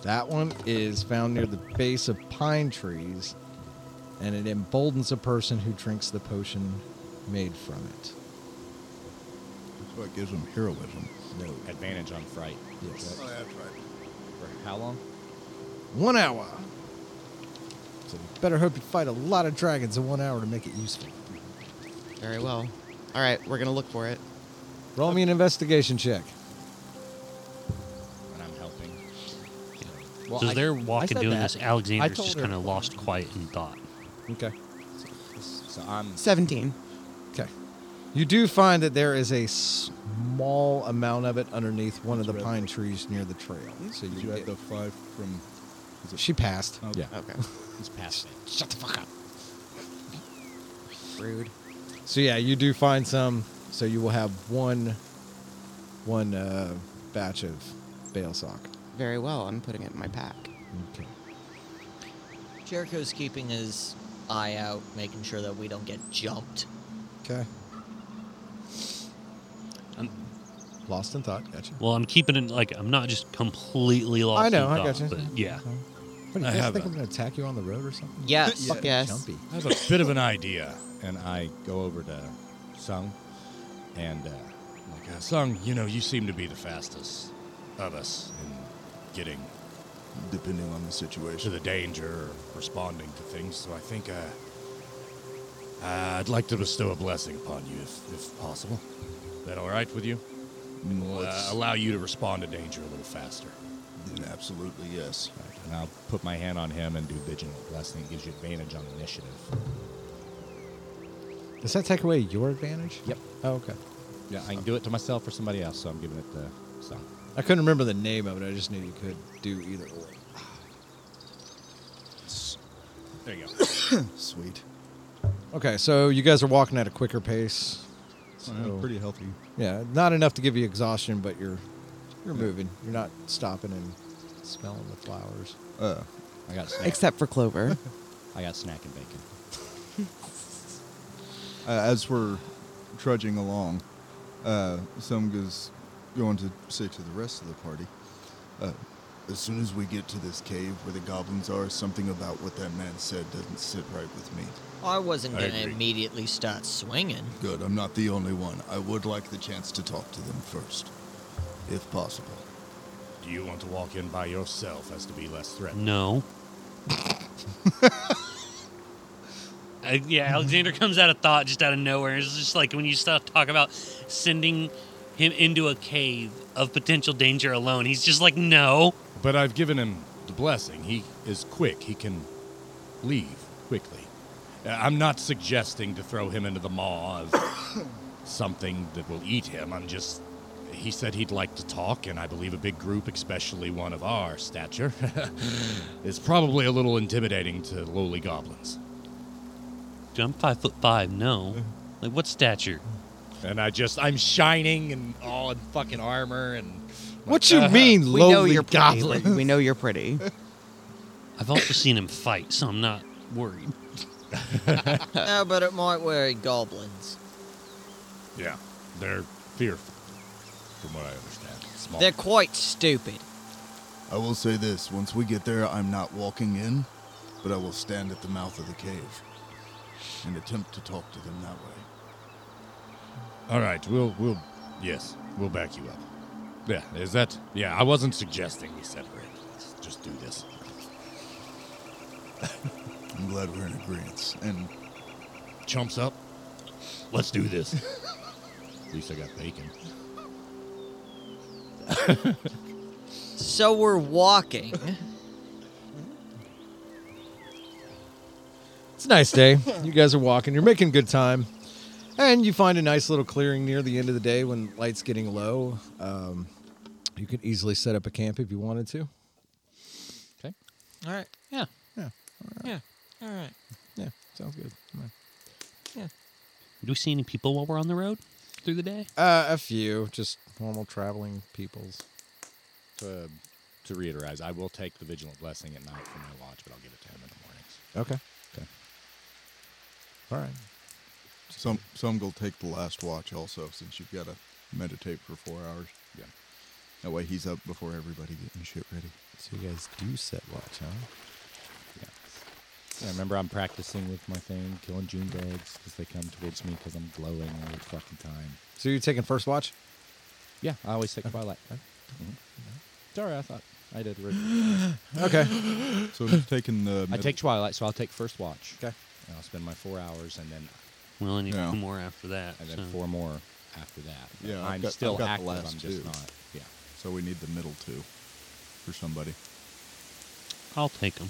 S10: That one is found near the base of pine trees, and it emboldens a person who drinks the potion made from it.
S3: That's what gives him heroism.
S10: No.
S6: Advantage on fright.
S10: Yes.
S3: that's right.
S6: For how long?
S10: One hour. So you better hope you fight a lot of dragons in one hour to make it useful.
S5: Very well. All right, we're gonna look for it.
S10: Roll me an investigation check.
S6: When I'm helping.
S10: Well,
S4: so
S10: I-
S4: as they're
S6: I
S4: walking
S6: said
S4: doing
S6: that.
S4: this,
S6: I
S4: Alexander's
S6: told
S4: just
S6: her.
S4: kind of lost quiet in thought.
S10: Okay.
S6: So I'm.
S10: Hmm.
S5: Seventeen.
S10: Okay. You do find that there is a small amount of it underneath one of the pine trees near the trail. So
S3: Did
S10: you,
S3: you add
S10: get-
S3: the five from?
S10: she passed.
S3: Oh,
S6: Yeah.
S5: Okay.
S6: He's past me.
S10: Shut the fuck up.
S5: Rude.
S10: So yeah, you do find some. So you will have one, one uh, batch of bale sock.
S5: Very well. I'm putting it in my pack.
S10: Okay.
S7: Jericho's keeping his eye out, making sure that we don't get jumped.
S10: Okay.
S4: I'm,
S10: Lost in thought. Gotcha.
S4: well, I'm keeping it like I'm not just completely lost.
S10: I know.
S4: In
S10: I Uh-huh.
S4: thought,
S10: got you.
S4: But yeah,
S10: What do you
S8: I
S10: guys
S8: have
S10: think
S8: a-
S10: I'm gonna attack you on the road or something?
S7: Yes.
S5: Fuck yes.
S10: Jumpy.
S8: I have a bit of an idea, and I go over to Sung, and uh, I'm like, uh, Sung, you know, you seem to be the fastest of us in getting
S3: Depending on the
S8: to
S3: situation.
S8: the danger or responding to things, so I think uh, uh, I'd like to bestow a blessing upon you, if, if possible. Is that all right with you? It'll, uh,
S3: Mm, Let's-
S8: allow you to respond to danger a little faster.
S3: then Absolutely yes.
S6: And I'll put my hand on him and do vigilant blessing. It gives you advantage on initiative.
S10: Does that take away your advantage?
S6: Yep.
S10: Oh, okay.
S6: Yeah, I can do it to myself or somebody else, so I'm giving it to some.
S10: I couldn't remember the name of it. I just knew you could do either or.
S8: There you go.
S3: Sweet.
S10: Okay, so you guys are walking at a quicker pace. So-
S3: I'm pretty healthy.
S10: Yeah, not enough to give you exhaustion, but you're you're moving. You're not stopping and smelling the flowers.
S3: Uh,
S6: I got snack.
S5: Except for Clover.
S6: I got snack and bacon.
S3: uh, as we're trudging along, uh, some goes going to say to the rest of the party, uh, as soon as we get to this cave where the goblins are, something about what that man said doesn't sit right with me.
S7: I wasn't
S8: I
S7: going to
S8: agree.
S7: immediately start swinging.
S3: Good, I'm not the only one. I would like the chance to talk to them first, if possible.
S8: do you want to walk in by yourself as to be less threatened?
S4: no. I, Uh, yeah, Alexander comes out of thought just out of nowhere. It's just like when you start talk about sending him into a cave of potential danger alone. He's just like, no.
S8: But I've given him the blessing. He is quick. He can leave quickly. Uh, I'm not suggesting to throw him into the maw of something that will eat him. I'm just he said he'd like to talk, and I believe a big group, especially one of our stature, is probably a little intimidating to lowly goblins.
S4: Dude, I'm five foot five. No, like what stature?
S8: And I just, I'm shining and all in fucking armor and.
S10: What you mean,
S5: Uh-huh. We know
S10: lowly
S5: you're pretty.
S10: goblin?
S5: We know you're pretty.
S4: I've also seen him fight, so I'm not worried.
S7: No, but it might worry goblins.
S8: Yeah, they're fearful, from what I understand. Small.
S7: They're quite stupid.
S3: I will say this once we get there, I'm not walking in, but I will stand at the mouth of the cave and attempt to talk to them that way.
S8: All right, we'll we'll yes, we'll back you up. Yeah, is that? Yeah, I wasn't suggesting we separate. Let's just do this.
S3: I'm glad we're in agreement. And
S8: Chumps up. Let's do this. At least I got bacon.
S7: So we're walking.
S10: It's a nice day. You guys are walking. You're making good time. And you find a nice little clearing near the end of the day when light's getting low. Um, you could easily set up a camp if you wanted to.
S7: All right.
S4: Yeah.
S7: Yeah. All right.
S10: Yeah, sounds good.
S4: Do we see any people while we're on the road through the day?
S10: Uh, a few, just normal traveling peoples.
S8: To to reiterate, I will take the vigilant blessing at night for my watch, but I'll give it to him in the mornings.
S10: Okay. Okay. All right.
S3: some some will take the last watch also, since you've got to meditate for four hours.
S8: Yeah.
S3: That way he's up before everybody getting shit ready.
S10: So you guys do set watch, huh?
S6: Yeah, remember I'm practicing with my thing, killing June bugs because they come towards me because I'm glowing all the fucking time.
S10: So you're taking first watch?
S6: Yeah, I always take twilight. Mhm.
S8: Mm-hmm.
S6: Sorry, I thought I did. originally.
S10: Okay.
S3: So just taking the.
S6: I
S3: mid-
S6: take twilight, so I'll take first watch.
S10: okay.
S6: And I'll spend my four hours, and then
S4: We only need
S3: No.
S4: two more after that.
S6: and then
S4: so-
S6: four more after that.
S3: Yeah, I've
S6: I'm
S3: got- I've
S6: still
S3: got the
S6: active.
S3: last
S6: I'm just
S3: two.
S6: not. Yeah.
S3: So we need the middle two for somebody.
S4: I'll take them.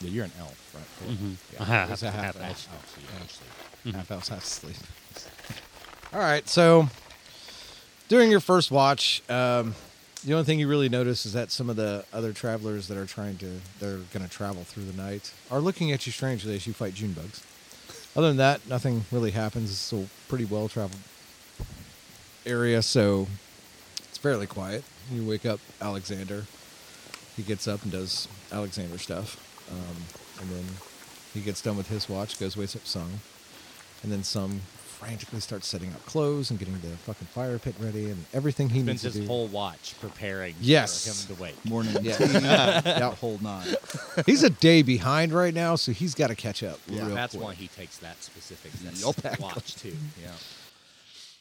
S6: Yeah, you're an elf, right? Cool.
S4: Mhm.
S6: Yeah.
S4: A half-
S6: It's a half,
S4: half elf.
S6: elf, Oh, so you're actually-
S10: half hours half sleep. All right, so during your first watch, um, the only thing you really notice is that some of the other travelers that are trying to they're going to travel through the night are looking at you strangely as you fight June bugs. Other than that, nothing really happens. It's a pretty well traveled area, so it's fairly quiet. You wake up Alexander. He gets up and does Alexander stuff, um, and then he gets done with his watch, goes wakes up Sung and then some frantically starts setting up clothes and getting the fucking fire pit ready and everything he
S6: Spends
S10: needs to
S6: his
S10: do.
S6: whole watch preparing
S10: Yes.
S6: for him to wait.
S3: Morning.
S10: Yeah.
S3: tea,
S10: Yeah.
S3: Whole nine.
S10: he's a day behind right now, so he's got to catch up.
S3: Yeah.
S10: real
S6: That's
S10: quick.
S6: why he takes that specific that's
S10: Yup.
S6: watch too. Yeah.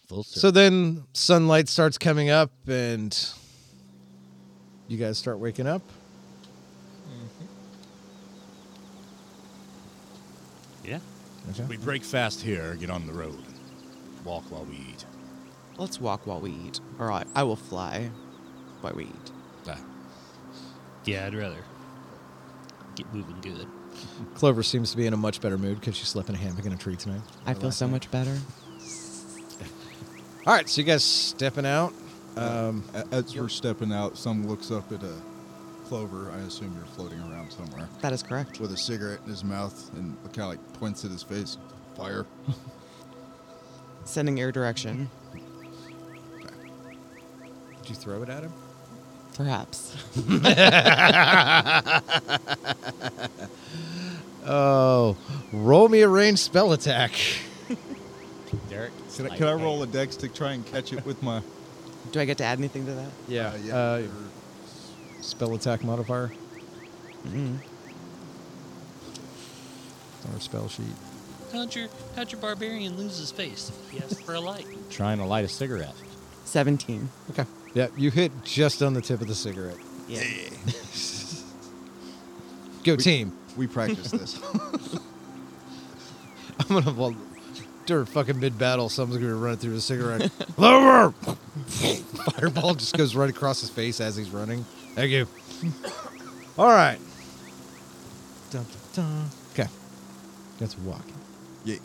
S6: Full
S10: So then sunlight starts coming up, and you guys start waking up.
S4: Yeah.
S10: Okay.
S8: We break fast here, get on the road, walk while we eat.
S5: Let's walk while we eat. All right. I will fly while we eat.
S8: Ah,
S4: Yeah, I'd rather get moving good.
S10: Clover seems to be in a much better mood because she slept in a hammock in a tree tonight.
S5: I feel so much better.
S10: All right, so you guys stepping out. Um,
S3: A- As we're stepping out, some looks up at a clover. I assume you're floating around somewhere
S5: That is correct.
S3: with a cigarette in his mouth and kind of like points at his face. Fire.
S5: Sending your direction,
S10: Mm-hmm. did you throw it at him?
S5: perhaps.
S10: Oh, roll me a ranged spell attack.
S6: Derek,
S3: Can I, can I roll a dex to try and catch it with my?
S5: Do I get to add anything to that?
S10: Yeah.
S3: Uh, yeah.
S10: Uh, spell attack modifier.
S5: Mm.
S10: Our spell sheet.
S4: How'd your, how'd your barbarian lose his face? He asked for a light.
S6: trying to light a cigarette?
S5: 17.
S10: Okay. Yeah, you hit just on the tip of the cigarette.
S5: Yeah.
S10: Go team.
S3: We practiced this.
S10: I'm gonna well, during fucking mid battle, someone's gonna run through the cigarette. Lower. Fireball just goes right across his face as he's running. Thank you. All right. Dun, dun, dun. Okay. That's walking.
S3: yeah.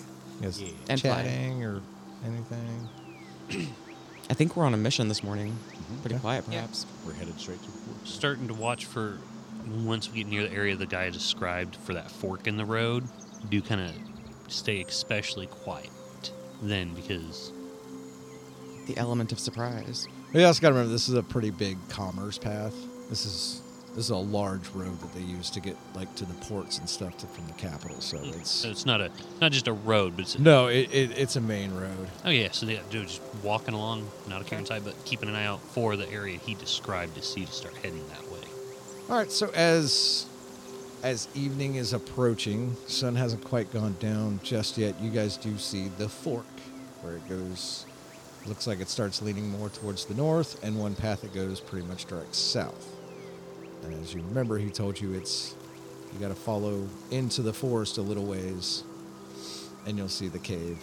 S10: Yes.
S5: And flying.
S10: chatting or anything.
S5: I think we're on a mission this morning.
S10: Mm-hmm.
S5: Pretty quiet, perhaps.
S8: We're headed straight to the forks.
S4: starting to watch for once we get near the area the guy described for that fork in the road do kind of stay especially quiet then because
S5: The element of surprise.
S10: We also got to remember this is a pretty big commerce path. This is this is a large road that they use to get like to the ports and stuff to, from the capital. So it's
S4: so it's not a not just a road but it's
S10: no, it, it, it's a main road.
S4: oh yeah so they're just walking along not a care in sight but keeping an eye out for the area he described to see to start heading that way
S10: All right, so as as evening is approaching, sun hasn't quite gone down just yet. You guys do see the fork where it goes. Looks like it starts leaning more towards the north, and one path it goes pretty much direct south. And as you remember, he told you it's you got to follow into the forest a little ways, and you'll see the cave.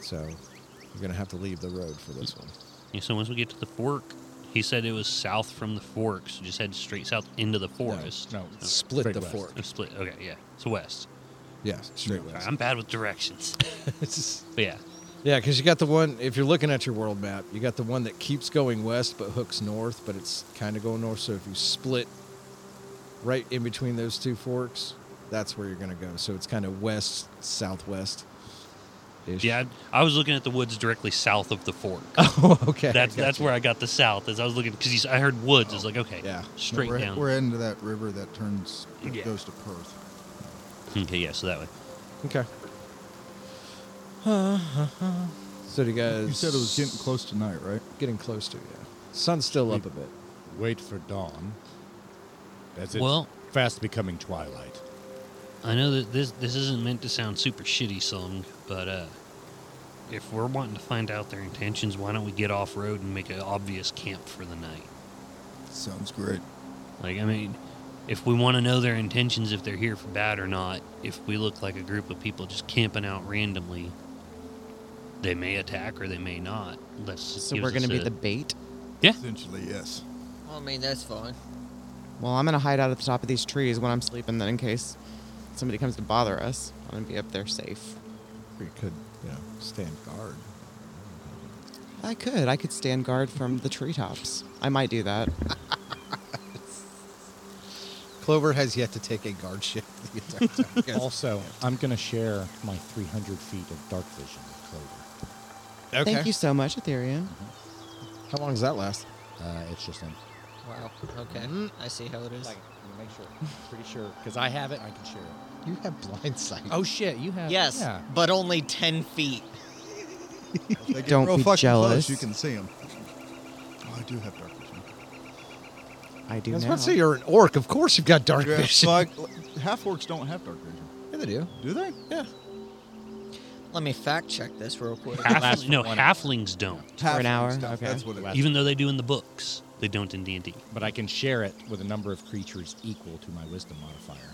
S10: So you're gonna have to leave the road for this one.
S4: yeah, so once we get to the fork he said it was south from the fork so just head straight south into the forest
S8: no,
S4: Oh,
S10: Split
S8: Straight
S10: the
S8: west.
S10: fork.
S4: oh, split okay yeah so west
S10: Yeah, straight west.
S4: i'm bad with directions
S10: It's just-
S4: but yeah
S10: Yeah, because you got the one. If you're looking at your world map, you got the one that keeps going west but hooks north, but it's kind of going north. So if you split right in between those two forks, that's where you're gonna go. So it's kind of west southwest.
S4: Yeah, I I was looking at the woods directly south of the fork.
S10: Oh, okay.
S4: that's
S10: Gotcha.
S4: that's where I got the south. As I was looking, because I heard woods, I was like, okay,
S10: Yeah.
S4: straight
S3: we're,
S4: down.
S3: We're heading to that river that turns, that
S4: Yeah.
S3: goes to Perth.
S4: okay, yeah, so that way.
S10: Okay. So do you guys?
S3: You said it was getting close tonight, right?
S10: Getting close to yeah. Sun's still up a bit.
S8: Wait for dawn. That's it.
S4: Well-
S8: fast becoming twilight.
S4: I know that this this isn't meant to sound super shitty, song, but uh, if we're wanting to find out their intentions, why don't we get off road and make an obvious camp for the night?
S3: Sounds great.
S4: Like, I mean, if we want to know their intentions, if they're here for bad or not, if we look like a group of people just camping out randomly, they may attack or they may not. Let's.
S5: So we're going to be the bait.
S3: Essentially, yes.
S7: Well, I mean, that's fine.
S5: Well, I'm going to hide out at the top of these trees when I'm sleeping, then in case somebody comes to bother us, I'm going to be up there safe.
S10: We could, you know, stand guard.
S5: I could. I could stand guard from the treetops. I might do that.
S10: Clover has yet to take a guard shift. the entire time. You guys-
S8: Also, I'm going to share my 300 feet of dark vision with Clover.
S5: Thank you so much, Ethereum.
S10: How long does that last?
S8: Uh, it's just him.
S7: Wow. Okay. I see how it is.
S8: make sure. Pretty sure. Because I have it, I can share it.
S10: You have blind sight.
S8: Oh, shit. You have
S7: yes, but only ten feet.
S3: They get
S5: Don't
S3: real
S5: be
S3: fucking
S5: jealous.
S3: Close, you can see them. Oh, I do have dark vision.
S5: I do
S10: I was
S5: now.
S10: about to say you're an orc. Of course you've got dark
S3: Yeah,
S10: vision.
S3: fuck. Half orcs don't have dark vision.
S10: Yeah, they do.
S3: Do they?
S10: Yeah.
S7: Let me fact check this real quick.
S4: Halfling, no, halflings don't.
S5: For an
S3: Halflings
S5: hour?
S3: don't.
S5: Okay.
S3: That's what it is.
S4: even though they do in the books they don't in d&d
S8: But I can share it with a number of creatures equal to my wisdom modifier.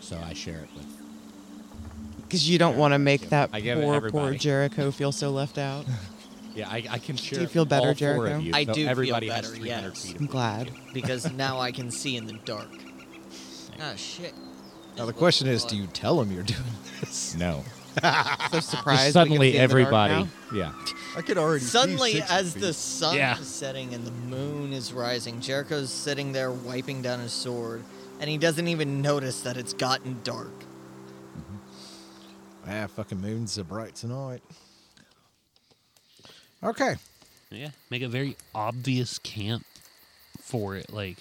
S8: So I share it with.
S5: Because you don't want to make that
S8: I give it
S5: poor, poor
S8: everybody.
S5: Jericho feel so left out.
S8: Yeah, I, I can share.
S5: you
S8: it
S5: feel
S8: with
S5: better,
S8: all four
S5: Jericho?
S8: Of you,
S7: I
S8: so
S7: do feel
S8: Everybody has
S7: better,
S8: 300
S7: yes.
S8: feet. Of
S5: I'm glad.
S8: vision.
S7: because now I can see in the dark. Ah, shit.
S10: Now the question is, do you tell them you're doing this?
S8: No.
S5: So surprised. we can
S8: Suddenly,
S5: see in the dark
S8: everybody.
S5: now?
S8: Yeah.
S3: I could already see
S7: Suddenly,
S3: 60
S7: as
S3: feet.
S7: the sun
S4: Yeah.
S7: is setting and the moon is rising, Jericho's sitting there wiping down his sword, and he doesn't even notice that it's gotten dark.
S10: ah, fucking moon's so bright tonight. Okay.
S4: yeah make a very obvious camp for it like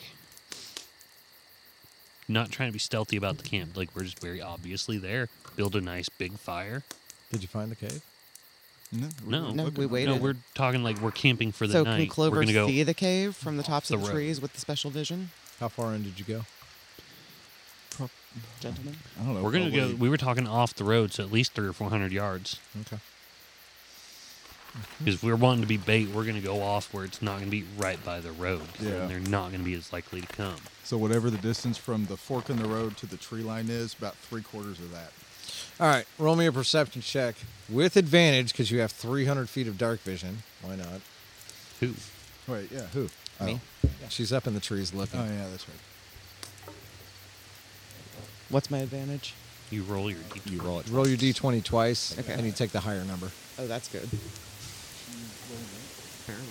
S4: not trying to be stealthy about the camp like we're just very obviously there build a nice big fire
S10: Did you find the cave?
S3: No,
S4: No.
S3: we're
S5: No,
S3: looking
S5: we
S3: at it.
S5: waited.
S4: no we're talking like we're camping for the
S5: so
S4: night
S5: can Clover
S4: we're gonna go
S5: see the cave from the tops
S4: the
S5: of the
S4: road.
S5: trees with the special vision,
S10: How far in did you go?
S5: gentlemen?
S3: I don't know.
S4: we're gonna go
S3: probably-
S4: we were talking off the road so at least three or four hundred yards
S10: Okay.
S4: because if we're wanting to be bait we're gonna go off where it's not gonna be right by the road 'cause then
S3: Yeah.
S4: they're not gonna be as likely to come
S3: So whatever the distance from the fork in the road to the tree line is, about three quarters of that.
S10: All right. Roll me a perception check with advantage because you have 300 feet of dark vision. Why not?
S4: who
S3: Wait, yeah, who? Oh.
S5: Me.
S10: She's up in the trees looking.
S3: Oh yeah, that's right.
S5: What's my advantage?
S4: you roll your d
S8: You roll it.
S10: Roll your d20 twice,
S5: Okay.
S10: and you take the higher number.
S5: Oh, that's good.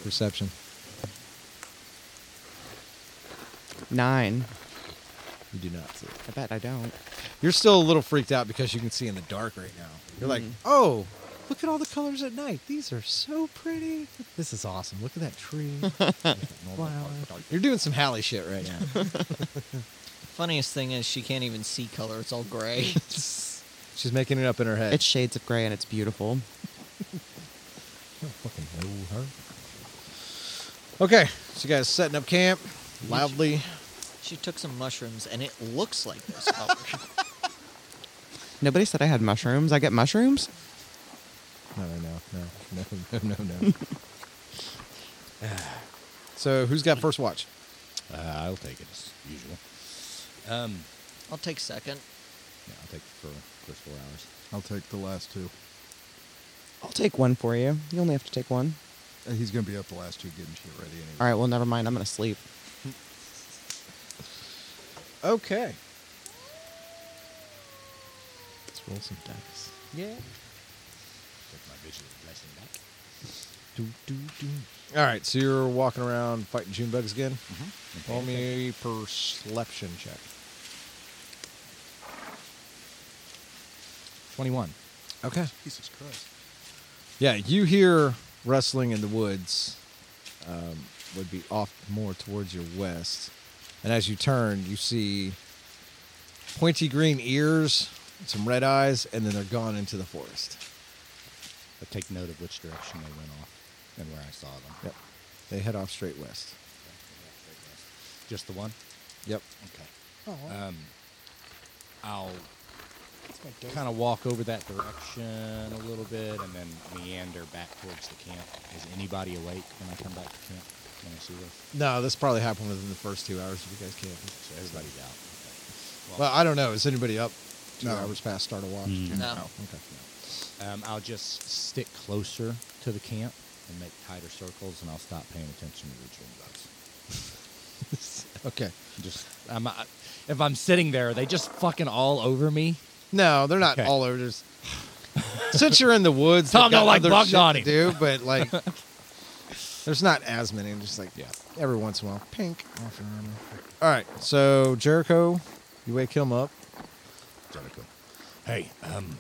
S10: Perception.
S5: Nine.
S10: You do not see. it.
S5: I bet I don't.
S10: You're still a little freaked out because you can see in the dark right now. You're like, oh, look at all the colors at night. These are so pretty. This is awesome. Look at that tree. wow. You're doing some Hallie shit right now.
S7: Funniest thing is she can't even see color. It's all gray.
S10: She's making it up in her head.
S5: It's shades of gray and it's beautiful.
S10: fucking know her. Okay, so you guys setting up camp loudly.
S7: she took some mushrooms and it looks like this Oh, color.
S5: Nobody said I had mushrooms. I get mushrooms?
S10: No, no, no, no, no, no, no. so who's got first watch?
S8: Uh, I'll take it as usual. Um,
S7: I'll take second.
S8: yeah, I'll take it for the first four hours.
S3: I'll take the last two.
S5: I'll take one for you. You only have to take one.
S3: Uh, He's gonna be up the last two getting shit ready anyway.
S5: All right, well, never mind. I'm going to sleep.
S10: Okay.
S5: Let's roll some dice.
S10: Yeah.
S8: Take my vision blessing back.
S10: All right, so you're walking around fighting June bugs again. Roll me a perception check.
S6: Twenty-one.
S10: Okay.
S3: Jesus Christ.
S10: Yeah, you hear rustling in the woods. Um, would be off more towards your west, and as you turn, you see pointy green ears, some red eyes, and then they're gone into the forest.
S8: But take note of which direction they went off and where I saw them.
S10: Yep, they head off straight west.
S8: Just the one.
S10: Yep.
S8: Okay. Um, I'll kind of walk over that direction a little bit and then meander back towards the camp. Is anybody awake when I come back to camp? When I see this,
S10: No, this probably happened within the first two hours if you guys camping.
S8: so everybody's out. Okay.
S10: Well, I don't know. Is anybody up? Two
S3: No.
S10: hours past start of watch.
S7: Mm. No.
S10: Okay.
S8: Um, I'll just stick closer to the camp and make tighter circles, and I'll stop paying attention to the dream bugs.
S10: Okay.
S8: Just, I'm, I, if I'm sitting there, are they just fucking all over me?
S10: No, they're not
S8: Okay.
S10: all over. There's since you're in the woods,
S8: Tom
S10: they've got
S8: don't like
S10: other
S8: bug
S10: shit to
S8: naughty.
S10: do, but like, there's not as many. Just like
S8: Yeah.
S10: every once in a while, pink. off and on. All right, so Jericho, you wake him up.
S8: Jericho. Hey, um,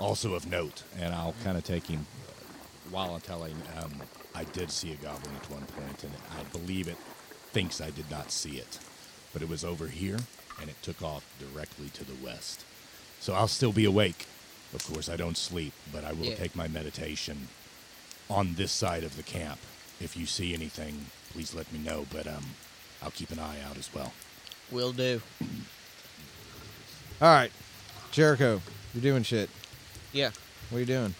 S8: also of note, and I'll kind of take him while I'm telling. Um, I did see a goblin at one point, and I believe it thinks I did not see it, but it was over here, and it took off directly to the west. So I'll still be awake. Of course, I don't sleep, but I will
S7: Yeah.
S8: take my meditation on this side of the camp. If you see anything, please let me know. But um, I'll keep an eye out as well.
S7: Will do.
S10: All right, Jericho, you're doing shit.
S7: Yeah.
S10: What are you doing?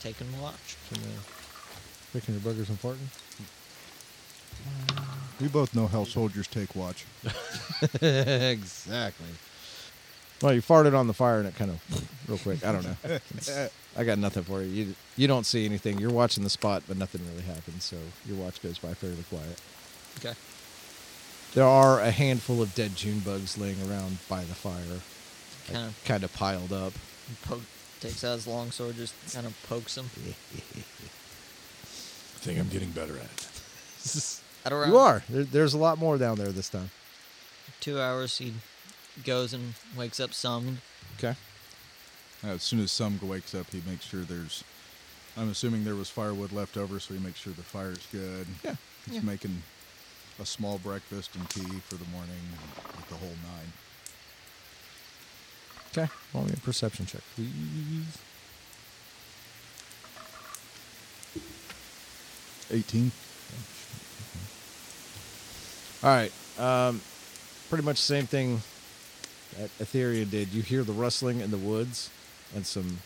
S7: Take and watch.
S10: Picking your buggers and farting.
S3: We both know how soldiers take watch.
S10: exactly. Well, you farted on the fire and it kind of real quick. I don't know. It's- I got nothing for you. you. You don't see anything. You're watching the spot, but nothing really happens. So your watch goes by fairly quiet.
S7: Okay.
S10: There are a handful of dead June bugs laying around by the fire,
S7: Kind of
S10: kind of piled up.
S7: poke, takes out his long sword, just kind of pokes him.
S8: I think I'm getting better at it.
S7: At around
S10: You are. There, there's a lot more down there this time.
S7: two hours, he goes and wakes up some.
S10: Okay.
S3: Uh, As soon as some wakes up, he makes sure there's. I'm assuming there was firewood left over, so he makes sure the fire's good.
S10: Yeah,
S3: He's
S10: yeah.
S3: making a small breakfast and tea for the morning, and like the whole nine.
S10: Okay. Roll me a perception check, please.
S3: 18.
S10: All right. Um, pretty much the same thing that Etheria did. You hear the rustling in the woods and some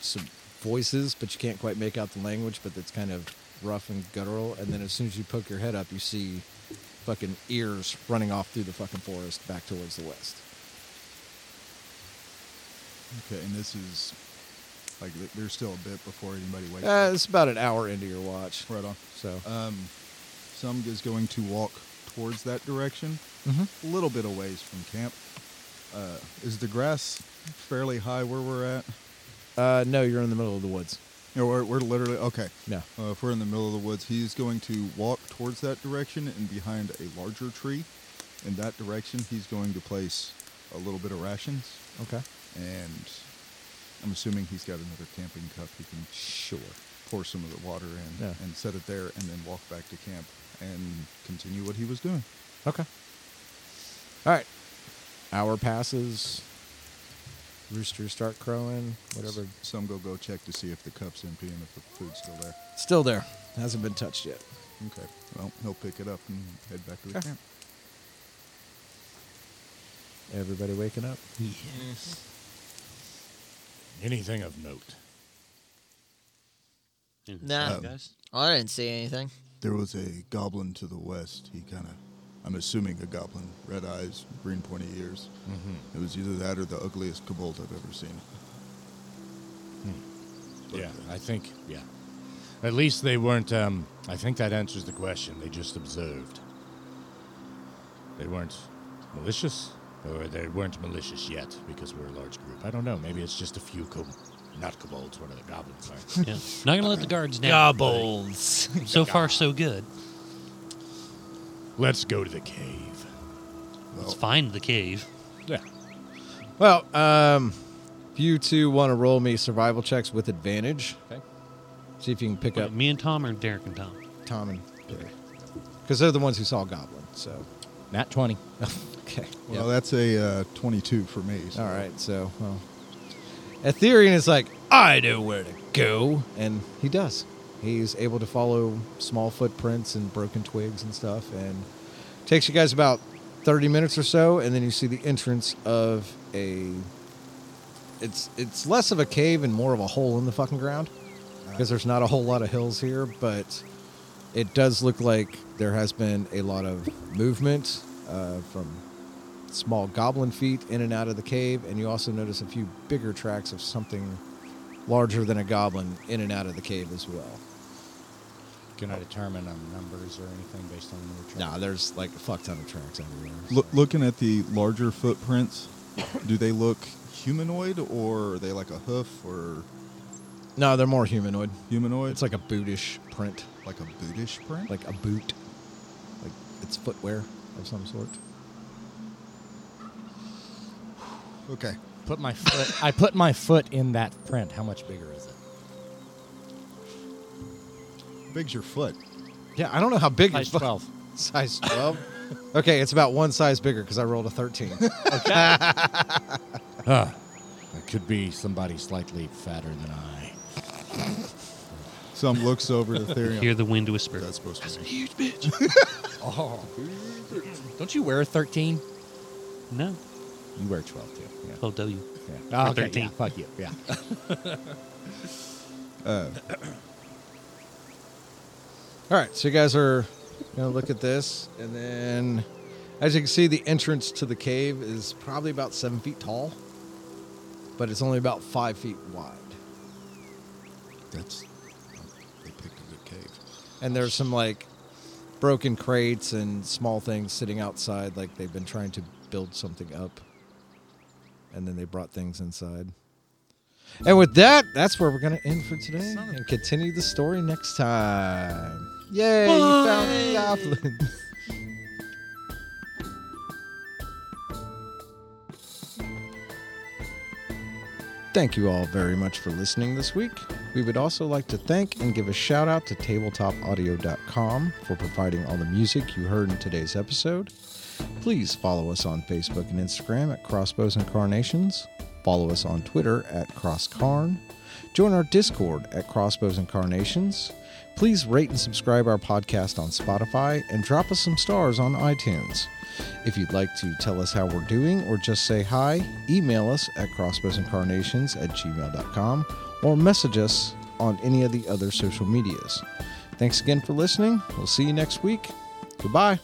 S10: some voices, but you can't quite make out the language, but it's kind of rough and guttural. And then as soon as you poke your head up, you see fucking ears running off through the fucking forest back towards the west.
S3: Okay, and this is like th- there's still a bit before anybody wakes
S10: Uh,
S3: up.
S10: it's about an hour into your watch.
S3: Right on.
S10: So,
S3: Um, Sum is going to walk towards that direction,
S10: Mhm.
S3: a little bit away from camp. Uh, is the grass fairly high where we're at?
S10: uh, no, you're in the middle of the woods.
S3: Yeah, we're, we're literally okay.
S10: Yeah.
S3: Uh, if we're in the middle of the woods, he's going to walk towards that direction and behind a larger tree. In that direction, he's going to place a little bit of rations,
S10: Okay.
S3: and I'm assuming he's got another camping cup. He can sure pour some of the water in
S10: Yeah.
S3: and set it there, and then walk back to camp and continue what he was doing.
S10: Okay. All right. Hour passes. Roosters start crowing. Whatever.
S3: Some go go check to see if the cup's empty and if the food's still there.
S10: Still there. Hasn't been touched yet.
S3: Okay. Well, he'll pick it up and head back to the
S10: Okay.
S3: camp.
S10: Everybody waking up.
S8: Anything of note?
S7: Nah.
S4: guys.
S10: Oh.
S7: I didn't see anything.
S3: There was a goblin to the west. He kind of, I'm assuming a goblin, red eyes, green pointy ears.
S10: Mm-hmm.
S3: It was either that or the ugliest kobold I've ever seen.
S8: Yeah, uh, I think. Yeah, at least they weren't. Um, I think that answers the question. They just observed. They weren't malicious, or they weren't malicious yet because we're a large group. I don't know. Maybe it's just a few co- not kobolds, one of the goblins. Sorry.
S4: Yeah. Not gonna let the guards down.
S6: Gobbles.
S4: So far, so good.
S8: Let's go to the cave.
S4: Let's find the cave.
S8: Yeah.
S10: Well, um, if you two want to roll me survival checks with advantage.
S6: Okay.
S10: See if you can pick up
S4: Me and Tom or Derek and Tom.
S10: Tom and Because they're the ones who saw Goblin. So,
S6: Nat 20.
S10: okay.
S3: Well, that's a uh, 22 for me. So.
S10: All right, so well, Etherian is like, I know where to go, and he does. He's able to follow small footprints and broken twigs and stuff, and takes you guys about thirty minutes or so, and then you see the entrance of a. It's it's less of a cave and more of a hole in the fucking ground,
S8: Uh-huh.
S10: because there's not a whole lot of hills here, but it does look like there has been a lot of movement uh, from small goblin feet in and out of the cave, and you also notice a few bigger tracks of something larger than a goblin in and out of the cave as well.
S8: Can I determine um, numbers or anything based on the return?
S10: Nah, there's like a fuck ton of tracks everywhere. so-
S3: Loo- looking at the larger footprints, do they look humanoid or are they like a hoof or
S10: No, they're more humanoid.
S3: humanoid?
S10: It's like a bootish print,
S3: like a bootish print?
S10: like a boot, like it's footwear of some sort.
S3: okay.
S8: Put my foot. I put my foot in that print. How much bigger is it?
S3: Big's your foot.
S10: Yeah, I don't know how big
S8: Size
S10: your fu-
S8: 12.
S10: Size twelve. okay, it's about one size bigger because I rolled a thirteen.
S8: Ah, it could be somebody slightly fatter than I.
S3: Some looks over the
S4: Hear
S3: Therium.
S4: the wind whisper.
S3: That's supposed to be.
S4: huge bitch.
S6: Don't you wear a 13?
S4: no.
S8: You wear 12 too. Yeah.
S4: 12W.
S8: Oh,
S4: Or
S8: okay,
S4: 13.
S8: yeah, fuck you. Yeah.
S10: All right, so you guys are gonna look at this, and then, as you can see, the entrance to the cave is probably about seven feet tall, but it's only about five feet wide.
S3: That's. They picked a good cave.
S10: And there's some like broken crates and small things sitting outside, like they've been trying to build something up, and then they brought things inside. And with that, that's where we're gonna end for today, and continue the story next time. Yay! You found the goblin. Thank you all very much for listening this week. We would also like to thank and give a shout out to tabletopaudio.com for providing all the music you heard in today's episode. Please follow us on Facebook and Instagram at Crossbows and Carnations. Follow us on Twitter at CrossCarn. Join our Discord at Crossbows and Carnations. Please rate and subscribe our podcast on Spotify and drop us some stars on iTunes. If you'd like to tell us how we're doing or just say hi, email us at crossbowsincarnations at gmail.com or message us on any of the other social medias. Thanks again for listening. We'll see you next week. Goodbye.